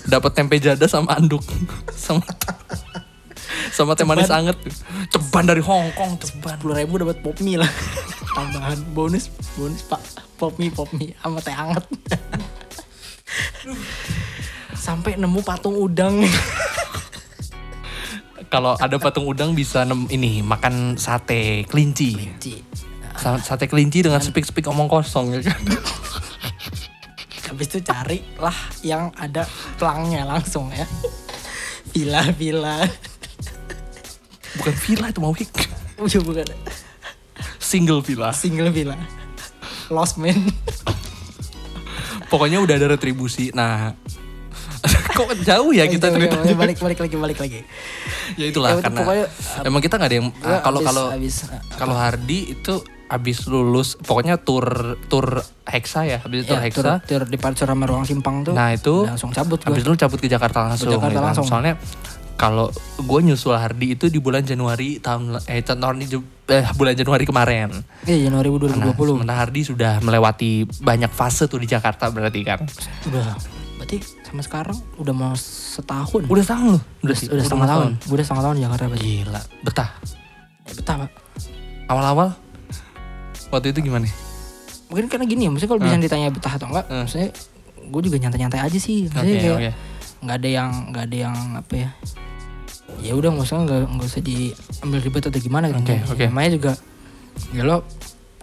dapat tempe jada sama anduk sama sama teh manis anget ceban dari Hong Kong ceban Sepuluh ribu dapat pop mie lah. Tambahan bonus, bonus pak. Pop mie, pop mie sama teh anget. Sampai nemu patung udang. kalau ada patung udang bisa nem- ini makan sate kelinci Ci, Sa- sate kelinci dengan sepik-sepik omong kosong ya kan Habis itu cari lah yang ada pelangnya langsung ya. Villa-villa. bukan villa itu mau Udah bukan single villa single villa. Lost man. pokoknya udah ada retribusi nah Kok jauh ya kita ceritanya? balik balik lagi balik lagi. ya itulah Ya, itu karena pokoknya, emang kita nggak ada yang Gua Ah, kalau abis- kalau abis, uh, kalau Hardi itu abis lulus pokoknya tur tur Hexa ya abis itu ya, tur, Hexa tur departure sama ruang simpang tuh. nah itu langsung cabut gue. abis itu lu cabut ke Jakarta langsung, Jakarta ya kan? langsung. soalnya kalau gue nyusul Hardi itu di bulan Januari tahun eh tahun ini ju- eh, bulan Januari kemarin Iya Januari nah 2020. sementara Hardi sudah melewati banyak fase tuh di Jakarta berarti kan Udah. Berarti sama sekarang udah mau setahun. udah Iya. setahun loh udah, berarti. udah setengah mau tahun. Udah setengah tahun di Jakarta berarti. gila betah Ya, betah, Pak. awal-awal waktu itu gimana Mungkin karena gini ya, maksudnya kalau Ah. bisa ditanya betah atau enggak, Hmm. maksudnya gue juga nyantai-nyantai aja sih. oke Maksudnya kayak oke. nggak ada yang nggak ada yang apa ya ya udah nggak usah nggak nggak usah diambil ribet atau gimana gitu Oke, oke. namanya juga ya lo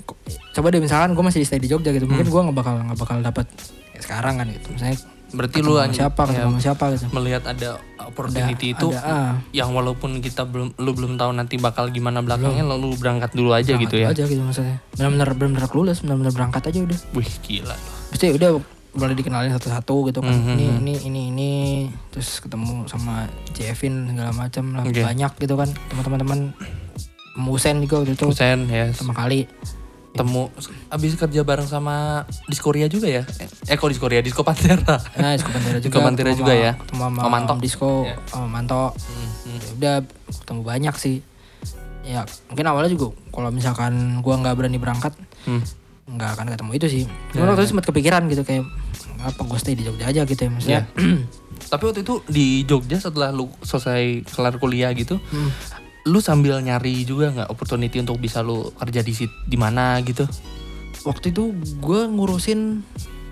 ko- coba deh misalkan gue masih stay di Jogja gitu Hmm. mungkin gue nggak bakal nggak bakal dapat kayak sekarang kan gitu misalnya berarti ketemu lu sama hanya- ya, siapa ketemu sama siapa gitu melihat ada opportunity Ada- itu ada, ah. yang walaupun kita belum lu belum tahu nanti bakal gimana belakangnya lalu berangkat dulu aja gitu ya. aja gitu maksudnya benar-benar benar-benar kelulus benar-benar berangkat aja udah Wih gila. Terus ya udah mulai dikenalin satu-satu gitu kan Hmm, ini ini ini ini terus ketemu sama Jevin segala macam lah Oke. banyak gitu kan teman-teman Musen juga waktu itu Sen ya pertama kali temu abis kerja bareng sama Diskoria juga ya. Eh kok Diskoria, Disko Pantera. Nah, Disko Pantera juga. Disko Pantera ketemu juga sama- ya. Iya. Ketemu sama Om Manto. Om Disko, Om Manto. Hmm. Ya udah ketemu banyak sih. Ya, mungkin awalnya juga kalau misalkan gua nggak berani berangkat, Hmm. nggak akan ketemu itu sih. Iya, Cuma waktu itu sempat kepikiran gitu kayak apa gue stay di Jogja aja gitu ya maksudnya. Iya. Tapi waktu itu di Jogja setelah lu selesai kelar kuliah gitu, Hmm. lu sambil nyari juga nggak opportunity untuk bisa lu kerja di sit di mana gitu? Waktu itu gua ngurusin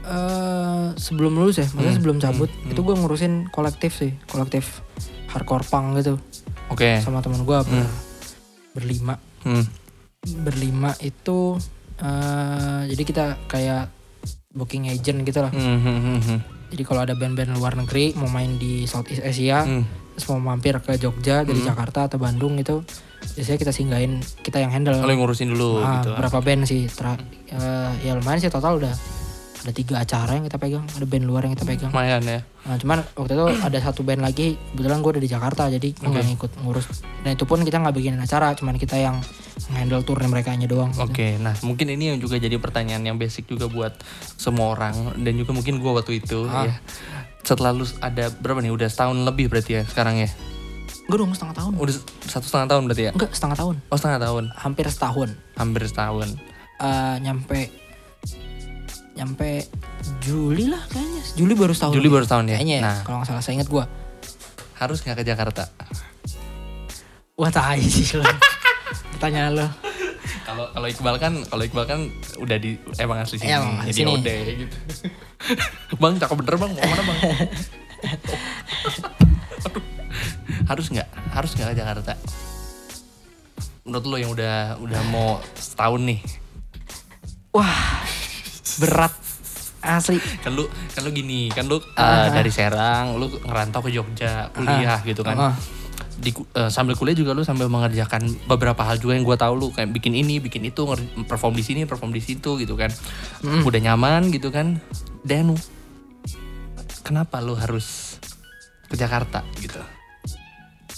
eh sebelum lulus ya, maksudnya Hmm. sebelum cabut, itu gua ngurusin kolektif sih, kolektif hardcore punk gitu Oke. sama teman gua ber- berlima. Hmm. berlima itu eh jadi kita kayak booking agent gitu lah. Hmm, hmm, hmm, hmm. Jadi kalau ada band-band luar negeri mau main di Southeast Asia, Hmm. terus mau mampir ke Jogja dari Jakarta atau Bandung gitu, biasanya kita singgahin kita yang handle. Lu yang ngurusin dulu Ah, gitu. berapa band sih? Tra- eh, ya lumayan sih total udah ada tiga acara yang kita pegang, ada band luar yang kita pegang. Lumayan ya. Nah, cuman waktu itu ada satu band lagi, kebetulan gue udah di Jakarta, jadi gue nggak ngikut ngurus. Dan itu pun kita nggak bikinin acara, cuman kita yang handle turnya mereka nya doang. gitu. Oke, nah mungkin ini yang juga jadi pertanyaan yang basic juga buat semua orang dan juga mungkin gua waktu itu Ah. ya. Setelah lu ada berapa nih? Udah setahun lebih berarti ya sekarang ya? Enggak dong setengah tahun. Udah se- satu setengah tahun berarti ya? Enggak setengah tahun. Oh setengah tahun, Hampir setahun. hampir setahun. Eh, nyampe nyampe Juli lah kayaknya. Juli baru setahun. Juli baru setahun ya? Kayaknya ya, Nah. kalau nggak salah saya ingat gua. Harus nggak ke Jakarta? Wah tai sih lo. Pertanyaan lo. Kalau kalau Iqbal kan, kalau Iqbal kan udah di emang asli sini, Iya, emang asli jadi sini. ode gitu. bang, cakep bener bang, mau mana bang? Aduh. harus nggak? Harus nggak ke Jakarta? Menurut lo yang udah udah mau setahun nih, Wah. Berat. Asli. kan lu kan lu gini kan lu uh, dari Serang lu ngerantau ke Jogja kuliah gitu kan Ah, Ah. di ku- eh, sambil kuliah juga lu sambil mengerjakan beberapa hal juga yang gua tahu lu kayak bikin ini bikin itu nger- perform di sini perform di situ gitu kan udah nyaman gitu kan dan kenapa lu harus ke Jakarta gitu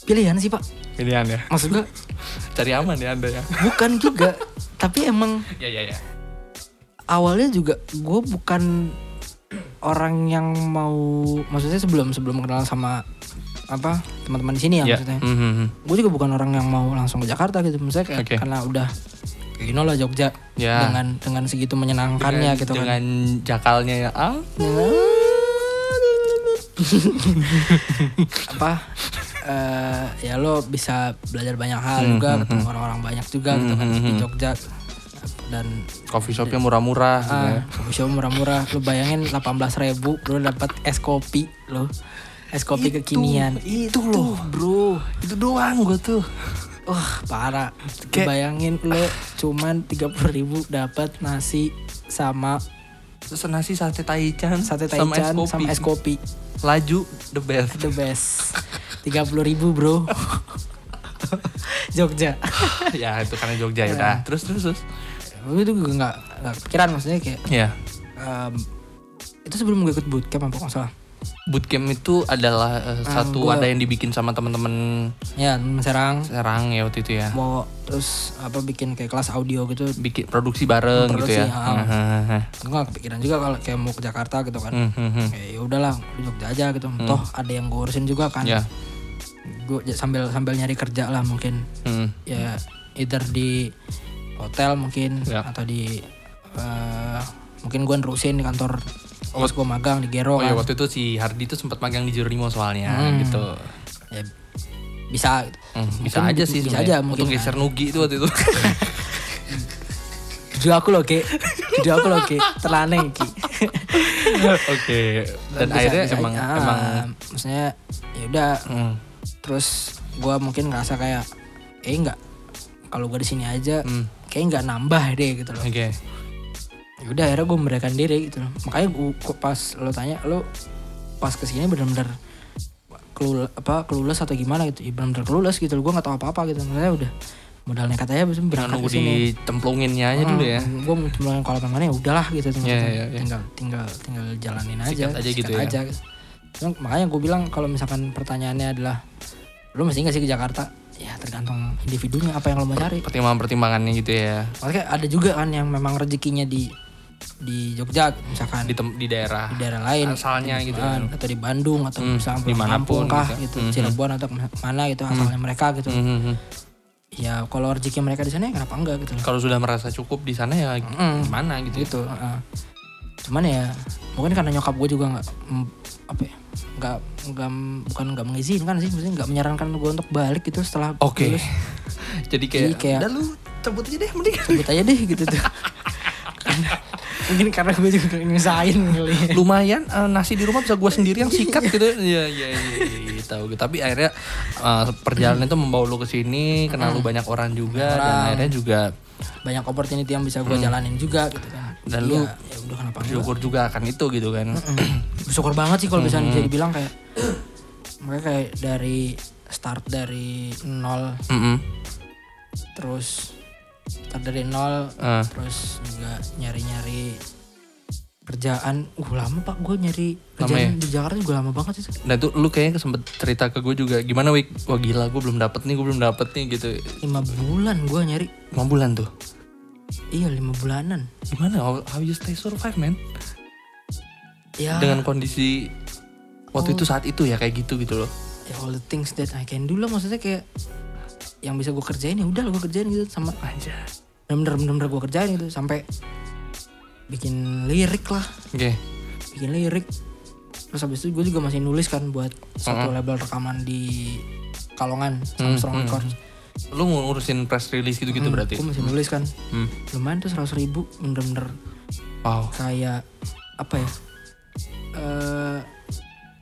Pilihan sih, Pak. pilihan ya Maksud gua cari aman ya anda ya bukan juga, tapi emang ya ya ya awalnya juga gue bukan orang yang mau maksudnya sebelum sebelum kenal sama apa teman-teman di sini Ya, ya maksudnya mhm. gue juga bukan orang yang mau langsung ke Jakarta gitu misalnya kayak Oke. karena udah you know lah Jogja Ya. dengan dengan segitu menyenangkannya gitu kan dengan jakalnya ya ah apa eh, ya lo bisa belajar banyak Hmm, hal juga ketemu orang-orang banyak juga gitu kan di Jogja dan coffee shopnya murah-murah gitu ya. ah, coffee shop murah-murah lo bayangin 18.000 ribu lo dapat es kopi lo es kopi kekinian itu loh bro itu doang gue tuh Wah ah, parah. Kayak- ah. Bayangin lo cuman 30.000 ribu dapat nasi sama terus nasi sate taichan sate sama es taichan kopi, sama es kopi. laju the best The best. 30.000 ribu bro. Jogja. ya itu karena Jogja Iya. ya udah terus terus terus Tapi itu gue nggak nggak kepikiran maksudnya kayak ya em, itu sebelum gue ikut bootcamp apa nggak salah. bootcamp itu adalah eh, satu Ah, gua- ada yang dibikin sama teman-teman ya temen Serang Serang ya waktu itu ya. mau terus apa bikin kayak kelas audio gitu Bikin produksi bareng Produksi, gitu ya. ah. gue gak kepikiran juga kalau kayak mau ke Jakarta gitu kan Hmm, hmm, hmm. kayak ya udahlah di Jogja aja gitu toh ada yang gue urusin juga kan Ya. gue j- sambil sambil nyari kerja lah mungkin Hmm. ya either di hotel mungkin Ya. atau di eh, mungkin gue nerusin di kantor pas gue magang di Oh Gero ya kan. waktu itu si Hardi tuh sempat magang di Jurnimo soalnya gitu. Ya, bisa gitu. Hmm, bisa Mungkin- aja sih bisa sebenarnya. aja mungkin Untuk geser Nugi itu waktu itu. Jujur aku loh Ki Jujur aku loh Ki Terlaneng Ki Oke. Dan Bisa- akhirnya bisa- emang ah, emang Maksudnya ya udah hmm, terus gue mungkin ngerasa kayak eh enggak kalau gue di sini aja Hmm. kayak nggak nambah deh gitu loh oke. ya udah akhirnya gue memberikan diri gitu loh makanya gue pas lo tanya lo pas kesini bener-bener kelul apa kelulus atau gimana gitu ya bener-bener kelulus gitu loh gue nggak tahu apa-apa gitu maksudnya udah modal nekat aja bisa Jangan berangkat nunggu ke sini Ah. dicemplunginnya aja dulu ya. gue cuma kalau pengen ya udahlah gitu tinggal, Iya, iya, iya. tinggal tinggal tinggal jalanin aja Sikat aja gitu ya. aja. Cuman makanya gue bilang kalau misalkan pertanyaannya adalah lu masih nggak sih ke Jakarta ya tergantung individunya apa yang lo mau cari Pertimbangan-pertimbangannya gitu ya maksudnya ada juga kan yang memang rezekinya di di Jogja misalkan di tem- di daerah. di daerah lain asalnya atau di gitu Semarang, atau di Bandung atau Hmm, misalnya pulang dimanapun kampung kah gitu. gitu, Mhm. Cirebon atau mana gitu asalnya mereka gitu Hmm, hmm, hmm. ya kalau rezeki mereka di sana ya kenapa enggak gitu Kalau sudah merasa cukup di sana ya Mm. gimana gitu. gitu heeh. cuman ya mungkin karena nyokap gue juga nggak mm, apa ya nggak nggak bukan nggak mengizinkan sih maksudnya nggak menyarankan gue untuk balik gitu setelah Oke. lulus. Jadi Jadi kayak, kayak- udah lu cabut aja deh mending. cabut aja deh gitu tuh Karena- mungkin karena gue juga nyusahin kali ya. lumayan eh, nasi di rumah bisa gue sendiri yang sikat gitu ya ya ya, ya, ya, tahu gitu tapi akhirnya eh, perjalanan itu membawa lu ke sini kenal lu banyak orang juga dan Orang. akhirnya juga banyak opportunity yang bisa gue jalanin juga gitu kan Hmm. Dan Iya, lu ya udah kenapa enggak bersyukur juga akan itu gitu kan bersyukur banget sih kalau bisa Hmm. bisa dibilang kayak mereka kayak dari start dari nol Mm-mm. terus start dari nol Eh, terus juga nyari-nyari kerjaan uh lama pak gue nyari Lama ya? kerjaan di Jakarta juga lama banget itu nah itu lu kayaknya sempet cerita ke gue juga gimana Wik wah gila gue belum dapet nih gue belum dapet nih gitu lima bulan gue nyari lima bulan tuh iya lima bulanan gimana how, how you stay survive man ya Oh. dengan kondisi waktu itu saat itu ya kayak gitu gitu loh ya all the things that I can do lah maksudnya kayak yang bisa gue kerjain ya udah gue kerjain gitu sama aja bener-bener bener-bener gue kerjain gitu sampai bikin lirik lah oke bikin lirik terus habis itu gue juga masih nulis kan buat satu label rekaman di Kalongan Armstrong Records lu ngurusin press release gitu Hmm, gitu berarti gue Mm, masih nulis kan Hmm. lumayan tuh seratus ribu bener-bener wow kayak apa ya eh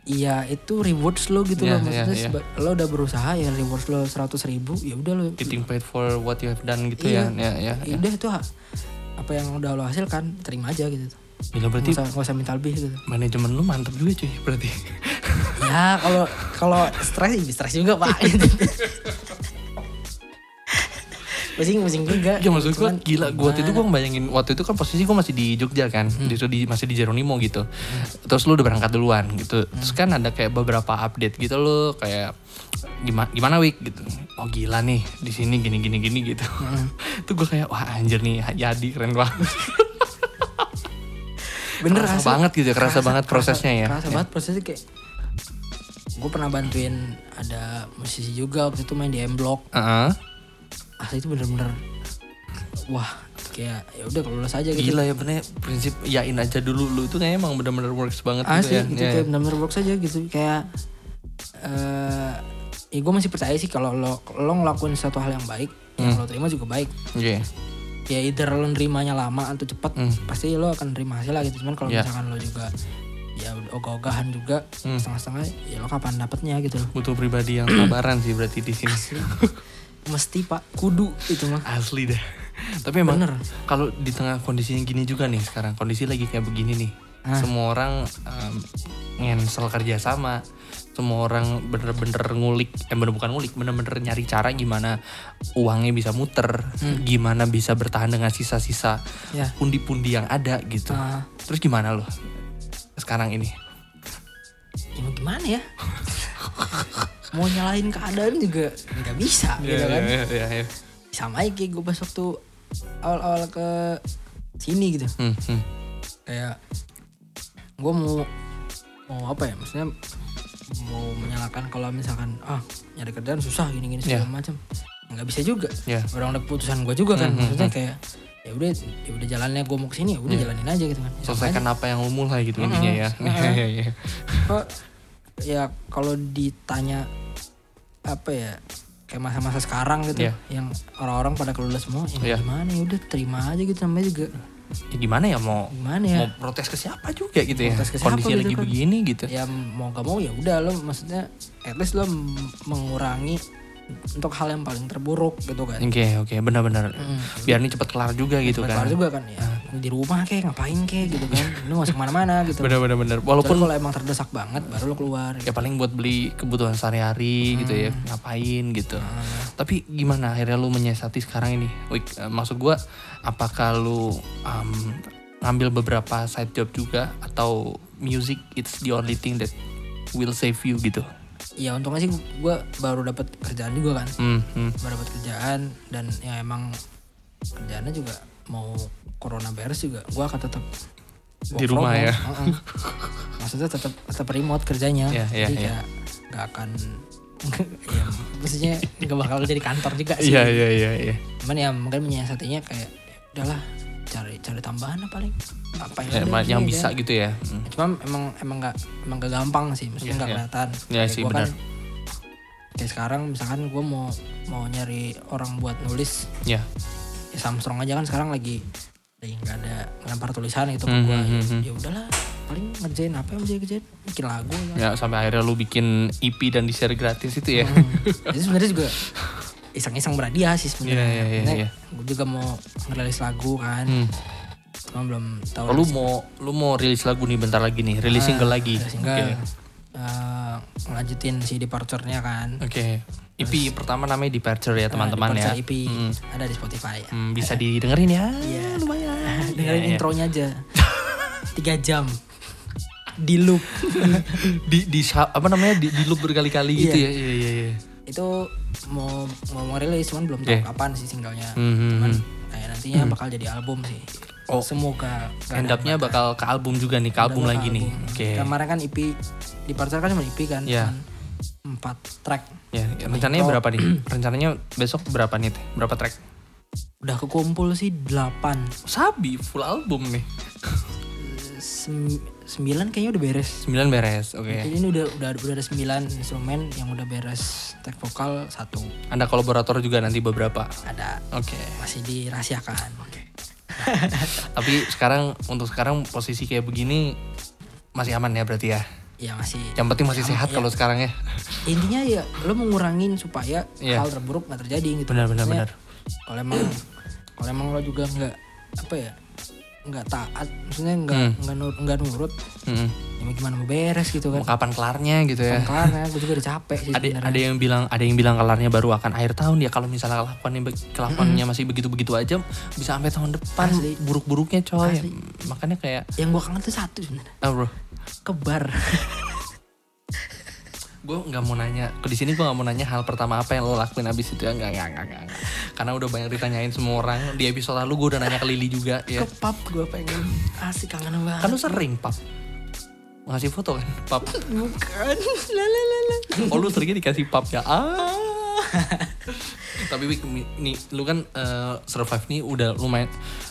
Iya itu rewards lo gitu Iya, loh iya, maksudnya iya. seba- lo udah berusaha ya rewards lo seratus ribu ya udah lo getting paid for what you have done gitu ya. Ya, Iya. ya, ya. ya udah itu ha- apa yang udah lo hasilkan terima aja gitu Gila berarti nggak usah, nggak usah minta lebih gitu manajemen lu mantep juga cuy berarti. ya kalau kalau stres ya stres juga pak pusing pusing juga ya maksud gue Eh, Cuman gila gue waktu itu gue ngebayangin waktu itu kan posisi gue masih di Jogja kan. Hmm. Itu di masih di Jeronimo gitu. Terus lu udah berangkat duluan gitu. Hmm. Terus kan ada kayak beberapa update gitu lu kayak gimana gimana week gitu. Oh gila nih di sini gini gini gini gitu. Hmm. Itu gue kayak wah anjir nih ya, jadi keren banget. bener kerasa asli. banget gitu ya, kerasa banget prosesnya ya. kerasa Ya. banget prosesnya kayak gue pernah bantuin ada musisi juga waktu itu main di M Block Heeh. asli itu bener-bener wah kayak ya udah kalau lulus aja gitu Gila ya bener prinsip yain aja dulu lu itu kayaknya emang bener-bener works banget gitu asli ya. gitu Ya, kayak ya. bener-bener works aja gitu kayak eh ya gue masih percaya sih kalau lo lo ngelakuin satu hal yang baik yang Hmm. lo terima juga baik Oke. ya either lo nerimanya lama atau cepet Hmm. pasti lo akan terima hasil lah gitu cuman kalau Iya. Hmm. misalkan lo juga ya ogah-ogahan juga setengah-setengah ya lo kapan dapetnya gitu loh butuh pribadi yang sabaran sih berarti di sini mesti pak kudu itu mah asli dah tapi emang Bener. kalau di tengah kondisi yang gini juga nih sekarang kondisi lagi kayak begini nih semua orang um, ngensel kerja sama semua orang bener-bener ngulik eh bener bukan ngulik bener-bener nyari cara gimana uangnya bisa muter gimana bisa bertahan dengan sisa-sisa Ya. pundi-pundi yang ada gitu Ah. terus gimana loh sekarang ini gimana ya mau nyalahin keadaan juga nggak bisa gitu kan Iya, iya, iya. sama aja kayak gue pas waktu awal-awal ke sini gitu Hmm, hmm. kayak gue mau mau apa ya maksudnya mau menyalahkan kalau misalkan ah nyari kerjaan susah gini gini segala Yeah. macam nggak bisa juga Yeah. orang udah keputusan gue juga kan Mhm, maksudnya kayak ya udah ya udah jalannya gue mau kesini ya udah Yeah. jalanin aja gitu kan Sama Iya. Selesaikan apa yang lu mulai gitu Mm-mm. intinya ya. Mm-mm. Iya, iya, iya. Kok, ya kalau ditanya apa ya kayak masa-masa sekarang gitu Iya. yang orang-orang pada keluar semua Iya. ya gimana ya udah terima aja gitu namanya juga Ya gimana ya mau gimana ya mau protes ke siapa juga gitu ya. Protes ke siapa Kondisi gitu lagi kan. begini gitu. ya mau gak mau ya udah lo maksudnya at least lo m- mengurangi untuk hal yang paling terburuk gitu kan Oke, oke, benar-benar. Mm. Biar ini cepat kelar juga gitu kan. Keluar juga kan ya di rumah kayak ngapain kayak gitu kan lu gak usah kemana-mana gitu Benar-benar benar. Walaupun walaupun kalau emang terdesak banget baru lo keluar ya paling buat beli kebutuhan sehari-hari gitu ya ngapain gitu tapi gimana akhirnya lu menyiasati sekarang ini Wik, eh, maksud gua apakah lu um, ngambil beberapa side job juga atau music it's the only thing that will save you gitu ya untungnya sih gue baru dapat kerjaan juga kan hmm, hmm. baru dapat kerjaan dan ya emang kerjaannya juga mau corona beres juga gue akan tetap Di rumah ya. maksudnya tetap tetap remote kerjanya Iya, iya, jadi iya. kayak nggak akan ya, maksudnya nggak bakal jadi kantor juga sih iya iya iya iya cuman ya mungkin menyiasatinya kayak ya udahlah cari cari tambahan lah paling apa Ya, ada ma- di yang sini bisa aja. gitu ya Hmm. cuma emang emang nggak emang nggak gampang sih maksudnya Iya, nggak iya. kelihatan Iya Kayak sih, gua benar. kan, kayak sekarang misalkan gue mau mau nyari orang buat nulis ya ya Samstrong aja kan sekarang lagi lagi nggak ada lempar tulisan gitu Mhm, ke gue mhm. ya udahlah paling ngerjain apa yang ngerjain kerjain bikin lagu ya. ya sampai akhirnya lu bikin EP dan di share gratis itu ya Hmm. Jadi sebenarnya juga iseng-iseng berhadiah sih sebenarnya. Iya, iya, iya, Karena iya. Gue juga mau ngerilis lagu kan, Hmm. cuma belum tahu. Oh, lu mau lu mau rilis lagu nih bentar lagi nih Ah, rilis single lagi sehingga Oke. eh, ngelanjutin si departure-nya kan. Oke. EP pertama namanya Departure ya teman-teman Departure ya. EP Mm-mm. gitu. ada di Spotify. Hmm, bisa didengerin ya. Iya. lumayan. Dengerin Iya, iya. intronya aja. Tiga jam di loop. Di di sa- apa namanya di, di loop berkali-kali gitu ya. Iya iya iya. Itu mau mau ngerilis cuman belum tahu Iya. kapan sih singlenya. Hmm, hmm, Cuman hmm. kayak nantinya bakal jadi album sih. Oh. Semoga gak ada End up-nya bakal ke album juga nih, ke album Udah lagi bakal nih. album. Oke. Kemarin kan EP di Parcel kan cuma EP kan. Iya. cuman Empat track. Ya, rencananya berapa nih? Rencananya besok berapa nih teh? Berapa track? Udah kekumpul sih delapan. Sabi full album nih. Sem- sembilan kayaknya udah beres. 9 beres. Oke. Jadi ini udah udah udah ada sembilan instrumen yang udah beres. Track vokal satu Ada kolaborator juga nanti beberapa. ada Oke. masih dirahasiakan. Oke. Tapi sekarang untuk sekarang posisi kayak begini masih aman ya berarti ya. Ya masih. Yang penting masih sehat ya. kalau sekarang ya. Intinya ya lo mengurangin supaya Iya. hal terburuk nggak terjadi gitu. Benar, benar, Maksudnya, benar. Kalau emang kalau emang lo juga nggak apa ya nggak taat, maksudnya nggak Hmm. nggak nur- nggak nurut, Mm-mm. ya mau gimana mau beres gitu Hmm. Mau kan kapan kelarnya gitu ya. karena gue juga udah capek sih Ada sebenarnya ada yang bilang ada yang bilang kelarnya baru akan akhir tahun ya kalau misalnya kelakuannya be- kelakuannya masih begitu-begitu aja bisa sampai tahun depan Asli. buruk-buruknya coy. Asli. Makanya kayak yang gue kangen tuh satu sebenarnya ah bro, kebar gue nggak mau nanya. Ke di sini gue nggak mau nanya hal pertama apa yang lo lakuin abis itu ya nggak nggak nggak nggak. nggak. Karena udah banyak ditanyain semua orang di episode lalu gue udah nanya ke Lili juga ya. ke pub gue pengen asik kangen banget Kan lo sering pap ngasih foto kan pap. bukan lalalala Oh lu seringnya dikasih pap ya ah. Tapi Wik, mi- nih lu kan eh, survive nih udah lumayan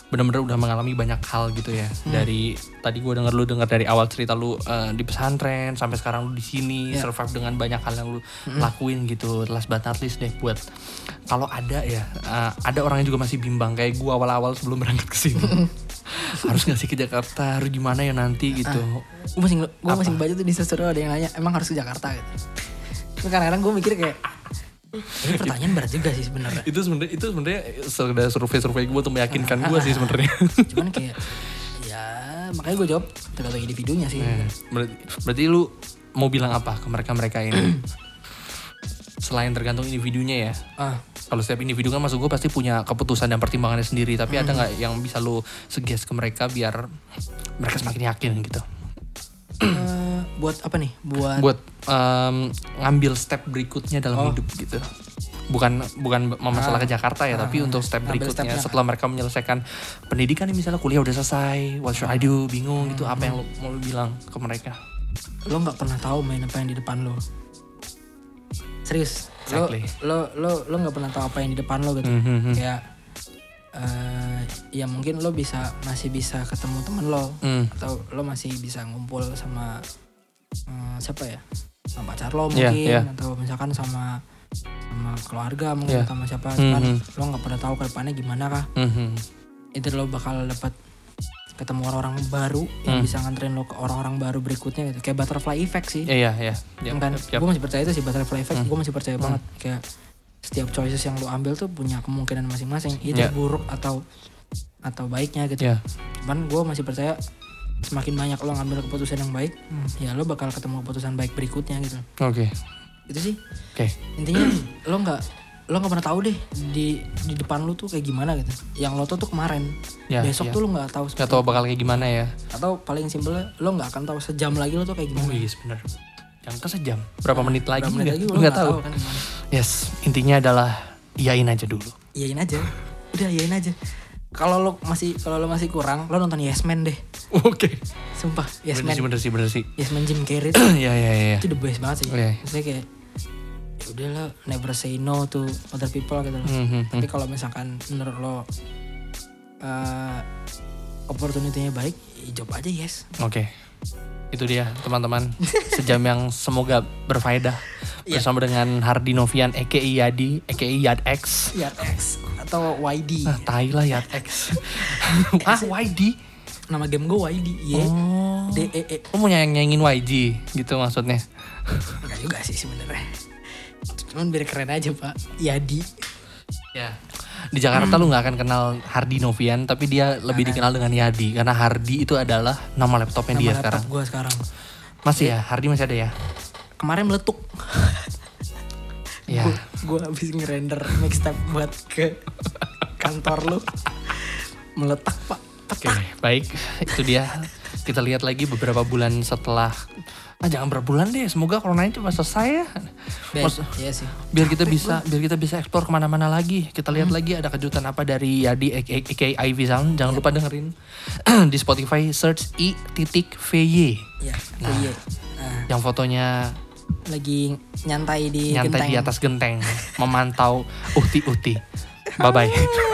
bener-bener udah mengalami banyak hal gitu ya. Dari tadi gua denger lu denger dari awal cerita lu eh, di pesantren sampai sekarang lu di sini survive dengan banyak hal yang lu lakuin gitu. Last but not least deh buat kalau ada ya eh, ada orang yang juga masih bimbang kayak gua awal-awal sebelum berangkat ke sini. harus nggak sih ke Jakarta, harus gimana ya nanti gitu. gue masih gue masih baca tuh di sosial ada yang nanya emang harus ke Jakarta gitu Terus kadang-kadang gue mikir kayak ini pertanyaan berat juga sih sebenarnya itu sebenarnya itu sebenarnya sekedar survei-survei gue untuk meyakinkan gue sih sebenarnya cuman kayak ya makanya gue jawab tergantung individunya sih Hmm. berarti, berarti lu mau bilang apa ke mereka-mereka ini selain tergantung individunya ya ah kalau setiap individu kan maksud gue pasti punya keputusan dan pertimbangannya sendiri tapi ada nggak yang bisa lu suggest ke mereka biar mereka semakin yakin gitu eh, buat apa nih? Buat, buat em, ngambil step berikutnya dalam Oh. Ah. hidup gitu bukan bukan masalah ke Jakarta ya tapi untuk step ngambil berikutnya stepnya. setelah mereka menyelesaikan pendidikan nih, misalnya kuliah udah selesai what should I do bingung gitu apa yang lo mau lo bilang ke mereka lo nggak pernah tahu main apa yang di depan lo. Serius, Exactly. lo lo lo lo nggak pernah tahu apa yang di depan lo gitu. Mhm. Kayak eh, ya mungkin lo bisa masih bisa ketemu temen lo Hmm. atau lo masih bisa ngumpul sama eh, siapa ya? Sama pacar lo mungkin Iya, iya. atau misalkan sama sama keluarga mungkin Iya. sama siapa cuman Mhm. lo nggak pernah tahu ke depannya gimana kah Mhm. itu lo bakal dapat ketemu orang-orang baru yang Hmm. bisa nganterin lo ke orang-orang baru berikutnya gitu kayak butterfly effect sih Iya, iya, iya. Hmm. kan Yap, yap. gue masih percaya itu sih butterfly effect gue masih percaya banget kayak setiap choices yang lo ambil tuh punya kemungkinan masing-masing itu Ya. buruk atau atau baiknya gitu Iya. cuman gue masih percaya semakin banyak lo ngambil keputusan yang baik Hmm. ya lo bakal ketemu keputusan baik berikutnya gitu Oke. itu sih Oke. intinya lo nggak lo nggak pernah tahu deh di di depan lo tuh kayak gimana gitu yang lo tuh tuh kemarin Ya, besok ya. tuh lo nggak tahu Gak tau bakal kayak gimana ya. atau paling simpelnya lo nggak akan tahu sejam lagi lo tuh kayak Oh gimana iya, benar. Jangan ke sejam. Berapa menit lagi? Berapa menit nggak- lagi lu lo nggak tahu. kan gimana Yes, intinya adalah iain aja dulu. iyain aja udah iyain aja kalau lo masih kalau lo masih kurang lo nonton Yes Man deh Oke. sumpah Yes Bener Man sih, bener sih, bener sih. Yes Man Jim Carrey tuh- Iya, iya, iya. itu the best banget sih Iya. maksudnya kayak ya udah lo never say no to other people gitu loh Mhm, mhm. tapi kalau misalkan menurut lo eh opportunity-nya baik ya jawab aja yes Oke. Itu dia, teman-teman. Sejam yang semoga berfaedah Iya. bersama dengan Hardi Novian EKI Yadi, EKI Yad X. Yat Ya, X atau YD Ah, tai lah Yad X. ah, YD. nama game gue YD Y Oh. D E E Lu mau nyayang-nyayangin YG gitu maksudnya. enggak juga sih sebenarnya cuman biar keren aja pak Yadi Iya. Ya. Di Jakarta lu nggak akan kenal Hardi Novian, tapi dia lebih dikenal dengan Yadi karena Hardi itu adalah nama laptopnya dia nama sekarang. laptop gue sekarang Masih ya, Hardi masih ada ya? kemarin meletuk Ya. Iya. gue habis ngerender mixtape buat ke kantor lu meletak pak Oke, baik. Itu dia. Kita lihat lagi beberapa bulan setelah Ah jangan berbulan deh, semoga corona ini cepat selesai ya. Ben, Maksud- iya sih biar kita bisa biar kita bisa eksplor kemana-mana lagi kita lihat lagi ada kejutan apa dari Yadi aka Ivy Sound jangan lupa dengerin di Spotify search i titik vy ya Nah. iya Nah, yang fotonya lagi nyantai di nyantai genteng di atas genteng memantau uhti uhti bye bye